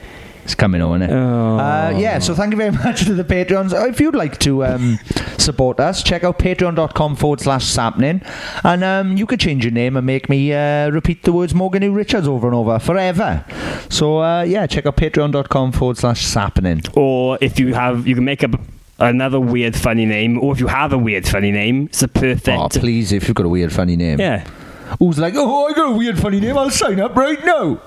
Speaker 5: It's coming on, isn't it?
Speaker 2: Oh.
Speaker 5: Uh, yeah, so thank you very much to the Patreons. Uh, If you'd like to um, support us, check out patreon.com forward slash sapnin. And um, you could change your name and make me uh, repeat the words Morgan E. Richards over and over forever. So, uh, yeah, check out patreon.com forward slash sapnin.
Speaker 2: Or if you have, you can make up another weird funny name. Or if you have a weird funny name, it's a perfect.
Speaker 5: Oh, please, if you've got a weird, funny name.
Speaker 2: Yeah.
Speaker 5: Who's like, oh, I got a weird, funny name, I'll sign up right now.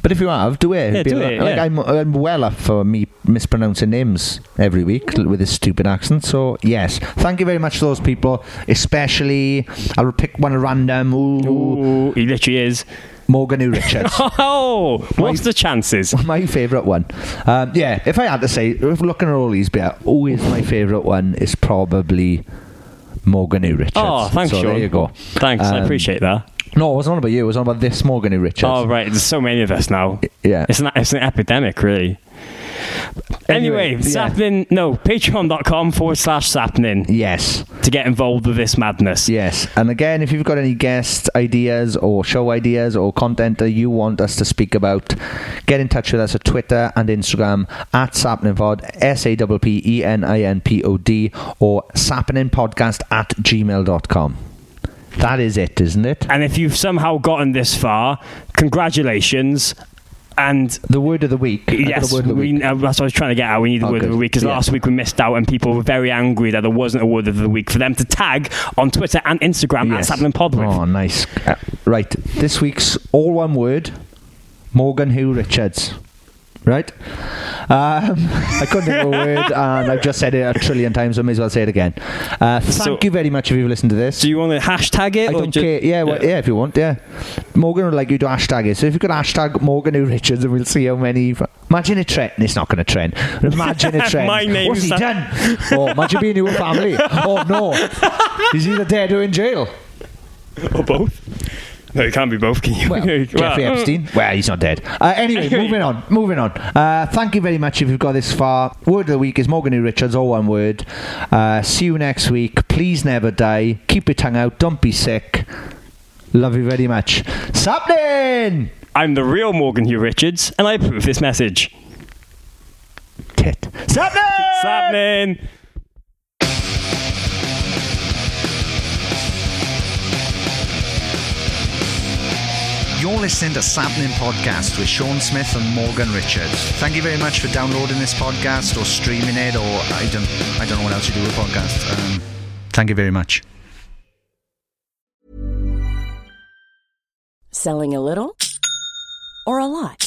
Speaker 5: But if you have, do it.
Speaker 2: Yeah,
Speaker 5: Be
Speaker 2: do
Speaker 5: like,
Speaker 2: it,
Speaker 5: like
Speaker 2: yeah.
Speaker 5: I'm, I'm well up for me mispronouncing names every week with this stupid accent. So yes, thank you very much to those people. Especially, I'll pick one at random. Ooh,
Speaker 2: he literally is
Speaker 5: Morgan U. Richards.
Speaker 2: Oh, what's the chances?
Speaker 5: My favourite one. Um, yeah, if I had to say, if looking at all these, beer, always my favourite one is probably Morgan U. Richards.
Speaker 2: Oh, thanks,
Speaker 5: so There
Speaker 2: Sean.
Speaker 5: you go.
Speaker 2: Thanks,
Speaker 5: Um,
Speaker 2: I appreciate that.
Speaker 5: No, it wasn't on about you. It was on about this Morgan U. Richards.
Speaker 2: Oh right, there's so many of us now.
Speaker 5: Yeah,
Speaker 2: it's an it's an epidemic, really. Anyway,
Speaker 5: Anyway, yeah.
Speaker 2: sapnin. No, patreon.com forward slash sapnin.
Speaker 5: Yes.
Speaker 2: To get involved with this madness.
Speaker 5: Yes. And again, if you've got any guest ideas or show ideas or content that you want us to speak about, get in touch with us at Twitter and Instagram at sapninpod, S A P P E N I N P O D, or sapninpodcast at gmail.com. That is it, isn't it?
Speaker 2: And if you've somehow gotten this far, congratulations. And
Speaker 5: the word of the week. I got
Speaker 2: Yes,
Speaker 5: a word of the
Speaker 2: we, uh, that's what I was trying to get at. We need the
Speaker 5: Oh,
Speaker 2: word of
Speaker 5: good.
Speaker 2: the week because
Speaker 5: Yeah.
Speaker 2: last week we missed out, and people were very angry that there wasn't a word of the week for them to tag on Twitter and Instagram
Speaker 5: Yes.
Speaker 2: at Sapnin Pod. with.
Speaker 5: Oh, nice. Uh, right. This week's all one word Morgan Hugh Richards. Right? Um, I couldn't think of a word, and I've just said it a trillion times, so I may as well say it again. Uh, thank
Speaker 2: So-
Speaker 5: you very much if you've listened to this. Do
Speaker 2: you want to hashtag it?
Speaker 5: I
Speaker 2: or
Speaker 5: don't
Speaker 2: ju-
Speaker 5: care. Yeah, well, yeah. if you want, yeah. Morgan would like you to hashtag it. So if you could hashtag Morgan U. Richards, and we'll see how many. Imagine a trend. It's not going to trend. But Imagine a trend.
Speaker 2: My name's
Speaker 5: What's he
Speaker 2: not-
Speaker 5: done? Oh, imagine being in your family. Oh, no. He's either dead or in jail.
Speaker 2: Or both. No, it can't be both. Can you?
Speaker 5: Well, Jeffrey Epstein. Well, he's not dead. Uh, anyway, moving on. Moving on. Uh, thank you very much if you've got this far. Word of the week is Morgan E. Richards, all one word. Uh, see you next week. Please never die. Keep your tongue out. Don't be sick. Love you very much. Sapling!
Speaker 2: I'm the real Morgan Hugh Richards, and I approve this message.
Speaker 5: Tit. Sapling!
Speaker 2: Sapling!
Speaker 12: You're listening to Sapling Podcast with Sean Smith and Morgan Richards. Thank you very much for downloading this podcast or streaming it, or I don't, I don't know what else you do with podcasts. Um, thank you very much.
Speaker 8: Selling a little or a lot?